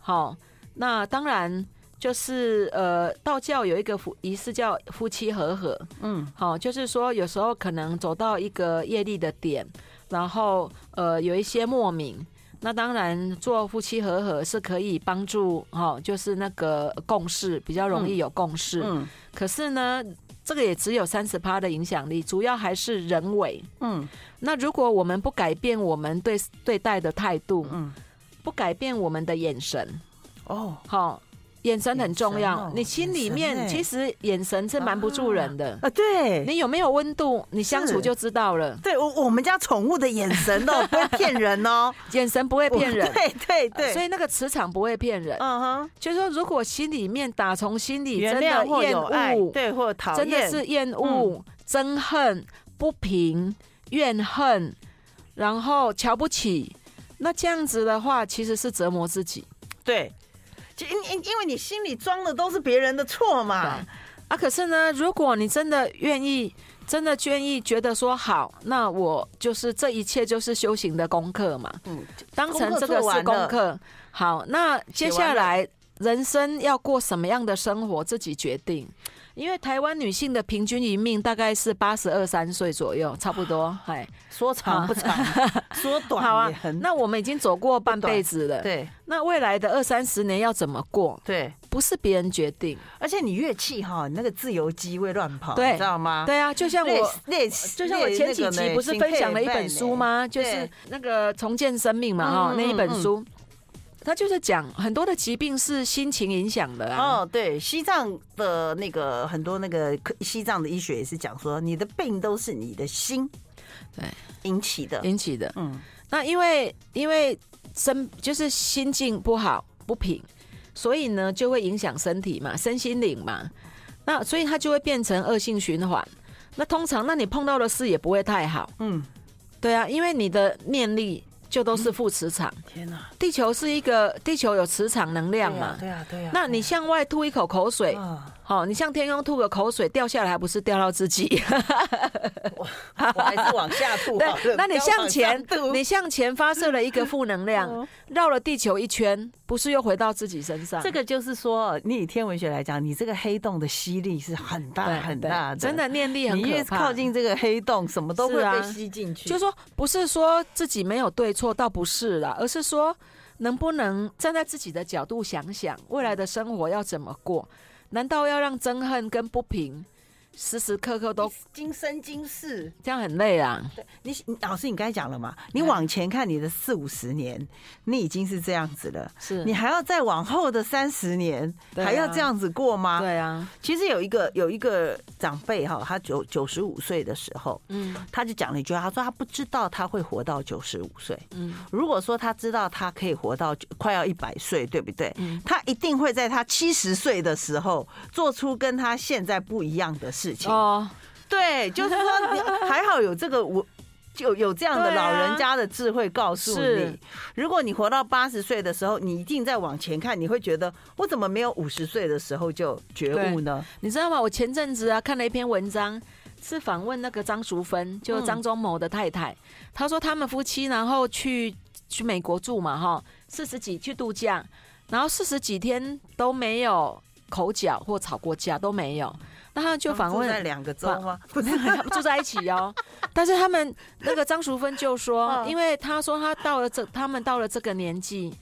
[SPEAKER 2] 好，那当然。就是呃，道教有一个夫仪式叫夫妻和合，
[SPEAKER 1] 嗯，
[SPEAKER 2] 好、就是说有时候可能走到一个业力的点，然后呃有一些莫名。那当然，做夫妻和合是可以帮助哦，就是那个共识比较容易有共识。
[SPEAKER 1] 嗯
[SPEAKER 2] 可是呢，这个也只有三十趴的影响力，主要还是人为。
[SPEAKER 1] 嗯
[SPEAKER 2] 那如果我们不改变我们对对待的态度，
[SPEAKER 1] 嗯，
[SPEAKER 2] 不改变我们的眼神，
[SPEAKER 1] 哦，
[SPEAKER 2] 好、眼神很重
[SPEAKER 1] 眼神
[SPEAKER 2] 要
[SPEAKER 1] 哦。
[SPEAKER 2] 你心里
[SPEAKER 1] 眼神
[SPEAKER 2] 面
[SPEAKER 1] 欸
[SPEAKER 2] 其实眼神是瞒不住人的。
[SPEAKER 1] 啊，对，
[SPEAKER 2] 你有没有温度，你相
[SPEAKER 1] 是
[SPEAKER 2] 处就知道了。
[SPEAKER 1] 对我我们家宠物的眼神 哦，不会骗人哦，
[SPEAKER 2] 眼神不会骗人啊
[SPEAKER 1] 我， 对对哦对，
[SPEAKER 2] 所以那个磁场不会骗人。
[SPEAKER 1] 嗯哼，
[SPEAKER 2] 就是说，如果心里面打从心里
[SPEAKER 1] 原
[SPEAKER 2] 真
[SPEAKER 1] 谅
[SPEAKER 2] 的
[SPEAKER 1] 或
[SPEAKER 2] 厌
[SPEAKER 1] 有爱，
[SPEAKER 2] 恶，
[SPEAKER 1] 对或讨
[SPEAKER 2] 真的
[SPEAKER 1] 厌，嗯
[SPEAKER 2] 是厌恶、憎恨、不平、怨恨，然后瞧不起，那这样子的话，其实是折磨自己
[SPEAKER 1] 对。就因因因为你心里装的都是别人的错嘛，
[SPEAKER 2] 啊。可是呢，如果你真的愿意真的愿意觉得说好，那我就是这一切就是修行的功课嘛，
[SPEAKER 1] 嗯，
[SPEAKER 2] 当成这个
[SPEAKER 1] 功课
[SPEAKER 2] 是功
[SPEAKER 1] 做
[SPEAKER 2] 课。好，那接
[SPEAKER 1] 写
[SPEAKER 2] 下
[SPEAKER 1] 完了
[SPEAKER 2] 来人生要过什么样的生活，自己决定。因为台湾女性的平均余命大概是八十二三岁左右，差不多。哎，
[SPEAKER 1] 说长不长， 说
[SPEAKER 2] 好
[SPEAKER 1] 短
[SPEAKER 2] 啊
[SPEAKER 1] 也很。
[SPEAKER 2] 那我们已经走过半辈子了，
[SPEAKER 1] 对
[SPEAKER 2] 那未来的二三十年要怎么过，
[SPEAKER 1] 对，
[SPEAKER 2] 不是别人决定。
[SPEAKER 1] 而且你乐器哈，你那个自由基会乱跑，
[SPEAKER 2] 对
[SPEAKER 1] 你知道吗？
[SPEAKER 2] 对啊，就像
[SPEAKER 1] 类
[SPEAKER 2] 我
[SPEAKER 1] 似，类似
[SPEAKER 2] 就像我前几集不是分享了一本书？吗？就
[SPEAKER 1] 对
[SPEAKER 2] 是那个重建生命嘛，哈、
[SPEAKER 1] 嗯嗯
[SPEAKER 2] 那一本书，它就是讲很多的疾病是心情影响的啊。
[SPEAKER 1] 哦，对，西藏的那个很多那个科西藏的医学也是讲说，你的病都是你的心
[SPEAKER 2] 对
[SPEAKER 1] 引起的。
[SPEAKER 2] 引起的，
[SPEAKER 1] 嗯，
[SPEAKER 2] 那因为因为身就是心境不好不平，所以呢就会影响身体嘛，身心灵嘛，那所以它就会变成恶性循环。那通常，那你碰到的事也不会太好，
[SPEAKER 1] 嗯，
[SPEAKER 2] 对啊，因为你的念力就都是负磁场，
[SPEAKER 1] 天哪，
[SPEAKER 2] 地球是一个地球有磁场能量嘛，
[SPEAKER 1] 对啊，对啊。
[SPEAKER 2] 那你向外吐一口口水，
[SPEAKER 1] 啊，
[SPEAKER 2] 好、你向天空吐个口水，掉下来还不是掉到自己？
[SPEAKER 1] 我还是往下吐好了。
[SPEAKER 2] 对， 那你
[SPEAKER 1] 不要
[SPEAKER 2] 向
[SPEAKER 1] 往上嗯
[SPEAKER 2] 前，
[SPEAKER 1] 吐
[SPEAKER 2] 你向前发射了一个负能量，绕了地球一圈，不是又回到自己身上？
[SPEAKER 1] 这个就是说，你以天文学来讲，你这个黑洞的吸力是很大
[SPEAKER 2] 对
[SPEAKER 1] 啊很大的，
[SPEAKER 2] 对真的念力很
[SPEAKER 1] 你越
[SPEAKER 2] 可怕。
[SPEAKER 1] 靠，近这个黑洞，什么都会
[SPEAKER 2] 是啊
[SPEAKER 1] 被吸进去。
[SPEAKER 2] 就说不是说自己没有对错，倒不是啦，而是说能不能站在自己的角度想想，未来的生活要怎么过？难道要让憎恨跟不平时时刻刻都
[SPEAKER 1] 今生今世，
[SPEAKER 2] 这样很累啊？
[SPEAKER 1] 对你你老师，你刚才讲了嘛？你往前看你的四五十年，你已经是这样子了，
[SPEAKER 2] 是
[SPEAKER 1] 你还要再往后的三十年，
[SPEAKER 2] 对啊
[SPEAKER 1] 还要这样子过吗？
[SPEAKER 2] 对啊，
[SPEAKER 1] 其实有一个有一个长辈哈，他九九十五岁的时候，
[SPEAKER 2] 嗯
[SPEAKER 1] 他就讲了一句话，他说他不知道他会活到九十五岁。
[SPEAKER 2] 嗯
[SPEAKER 1] 如果说他知道他可以活到快要一百岁，对不对？
[SPEAKER 2] 嗯
[SPEAKER 1] 他一定会在他七十岁的时候做出跟他现在不一样的事情。
[SPEAKER 2] 哦，
[SPEAKER 1] 对，就是说你还好有这个我。就有这样的
[SPEAKER 2] 对啊
[SPEAKER 1] 老人家的智慧告诉
[SPEAKER 2] 啊是
[SPEAKER 1] 你，如果你活到八十岁的时候，你一定在往前看，你会觉得我怎么没有五十岁的时候就觉悟呢？
[SPEAKER 2] 你知道吗？我前阵子啊看了一篇文章，是访问那个张淑芬，就张忠谋的太太。她说他们夫妻然后去去美国住嘛，哈，四十几去度假，然后四十几天都没有口角或吵过架都没有。那他就访
[SPEAKER 1] 在
[SPEAKER 2] 问
[SPEAKER 1] 两个州吗？不 是，
[SPEAKER 2] 他 们住在一起哦， 但是他们那个张淑芬就说，
[SPEAKER 1] 嗯
[SPEAKER 2] 因为他说他到了这，他们到了这个年纪，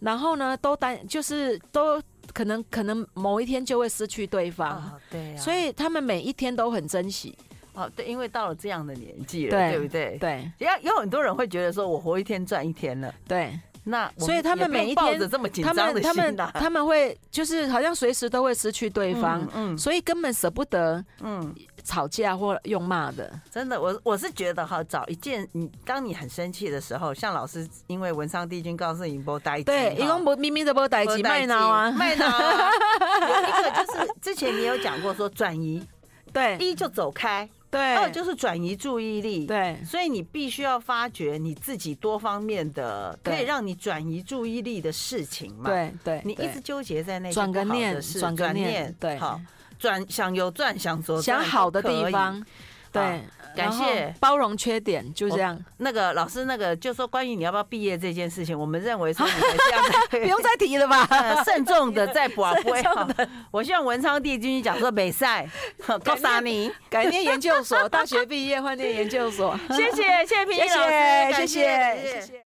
[SPEAKER 2] 然后呢都担就是都可能可能某一天就会失去哦对方。
[SPEAKER 1] 啊对啊，
[SPEAKER 2] 所以他们每一天都很珍惜。
[SPEAKER 1] 哦，对，因为到了这样的年纪了，
[SPEAKER 2] 对
[SPEAKER 1] 对不对？
[SPEAKER 2] 对
[SPEAKER 1] 要有很多人会觉得说，我活一天赚一天了，
[SPEAKER 2] 对，
[SPEAKER 1] 那我
[SPEAKER 2] 所以他们
[SPEAKER 1] 也不用
[SPEAKER 2] 每一
[SPEAKER 1] 抱
[SPEAKER 2] 天
[SPEAKER 1] 着这么紧
[SPEAKER 2] 他
[SPEAKER 1] 张
[SPEAKER 2] 们
[SPEAKER 1] 的
[SPEAKER 2] 他们
[SPEAKER 1] 心 啊
[SPEAKER 2] 他们会就是好像随时都会失去对方，
[SPEAKER 1] 嗯嗯
[SPEAKER 2] 所以根本舍不得
[SPEAKER 1] 嗯，
[SPEAKER 2] 吵架或用骂的。
[SPEAKER 1] 真的，我我是觉得哈，找一件你当你很生气的时候，像老师因为文商帝君告诉你不啊呆
[SPEAKER 2] 对，一共不咪咪的不逮起卖脑啊，
[SPEAKER 1] 卖脑啊。 有一个就是之前你有讲过说转移，
[SPEAKER 2] 对
[SPEAKER 1] 一就走开，二
[SPEAKER 2] 对
[SPEAKER 1] 就是转移注意力。，
[SPEAKER 2] 对
[SPEAKER 1] 所以你必须要发掘你自己多方面的
[SPEAKER 2] 对
[SPEAKER 1] 可以让你转移注意力的事情嘛。，
[SPEAKER 2] 对对，
[SPEAKER 1] 你一直
[SPEAKER 2] 对
[SPEAKER 1] 纠结在那些
[SPEAKER 2] 转个
[SPEAKER 1] 不好的
[SPEAKER 2] 念
[SPEAKER 1] 事
[SPEAKER 2] 转个
[SPEAKER 1] 转
[SPEAKER 2] 念
[SPEAKER 1] 念，
[SPEAKER 2] 对
[SPEAKER 1] 好。转想有转想左
[SPEAKER 2] 想
[SPEAKER 1] 转都
[SPEAKER 2] 好的
[SPEAKER 1] 可
[SPEAKER 2] 地
[SPEAKER 1] 以
[SPEAKER 2] 方，对，
[SPEAKER 1] 感谢
[SPEAKER 2] 然后包容缺点，就这样，
[SPEAKER 1] 那个老师，那个就说关于你要不要毕业这件事情，我们认为 说你还是要再
[SPEAKER 2] 不用再提了 吧。
[SPEAKER 1] 呃慎重的再把 关。啊 我希望文昌帝君讲说北 赛告诉你，
[SPEAKER 2] 改念研究所，大学毕业换念研究所，
[SPEAKER 1] 谢谢谢谢平
[SPEAKER 2] 谢
[SPEAKER 1] 易老师，
[SPEAKER 2] 谢
[SPEAKER 1] 感
[SPEAKER 2] 谢
[SPEAKER 1] 谢
[SPEAKER 2] 谢谢。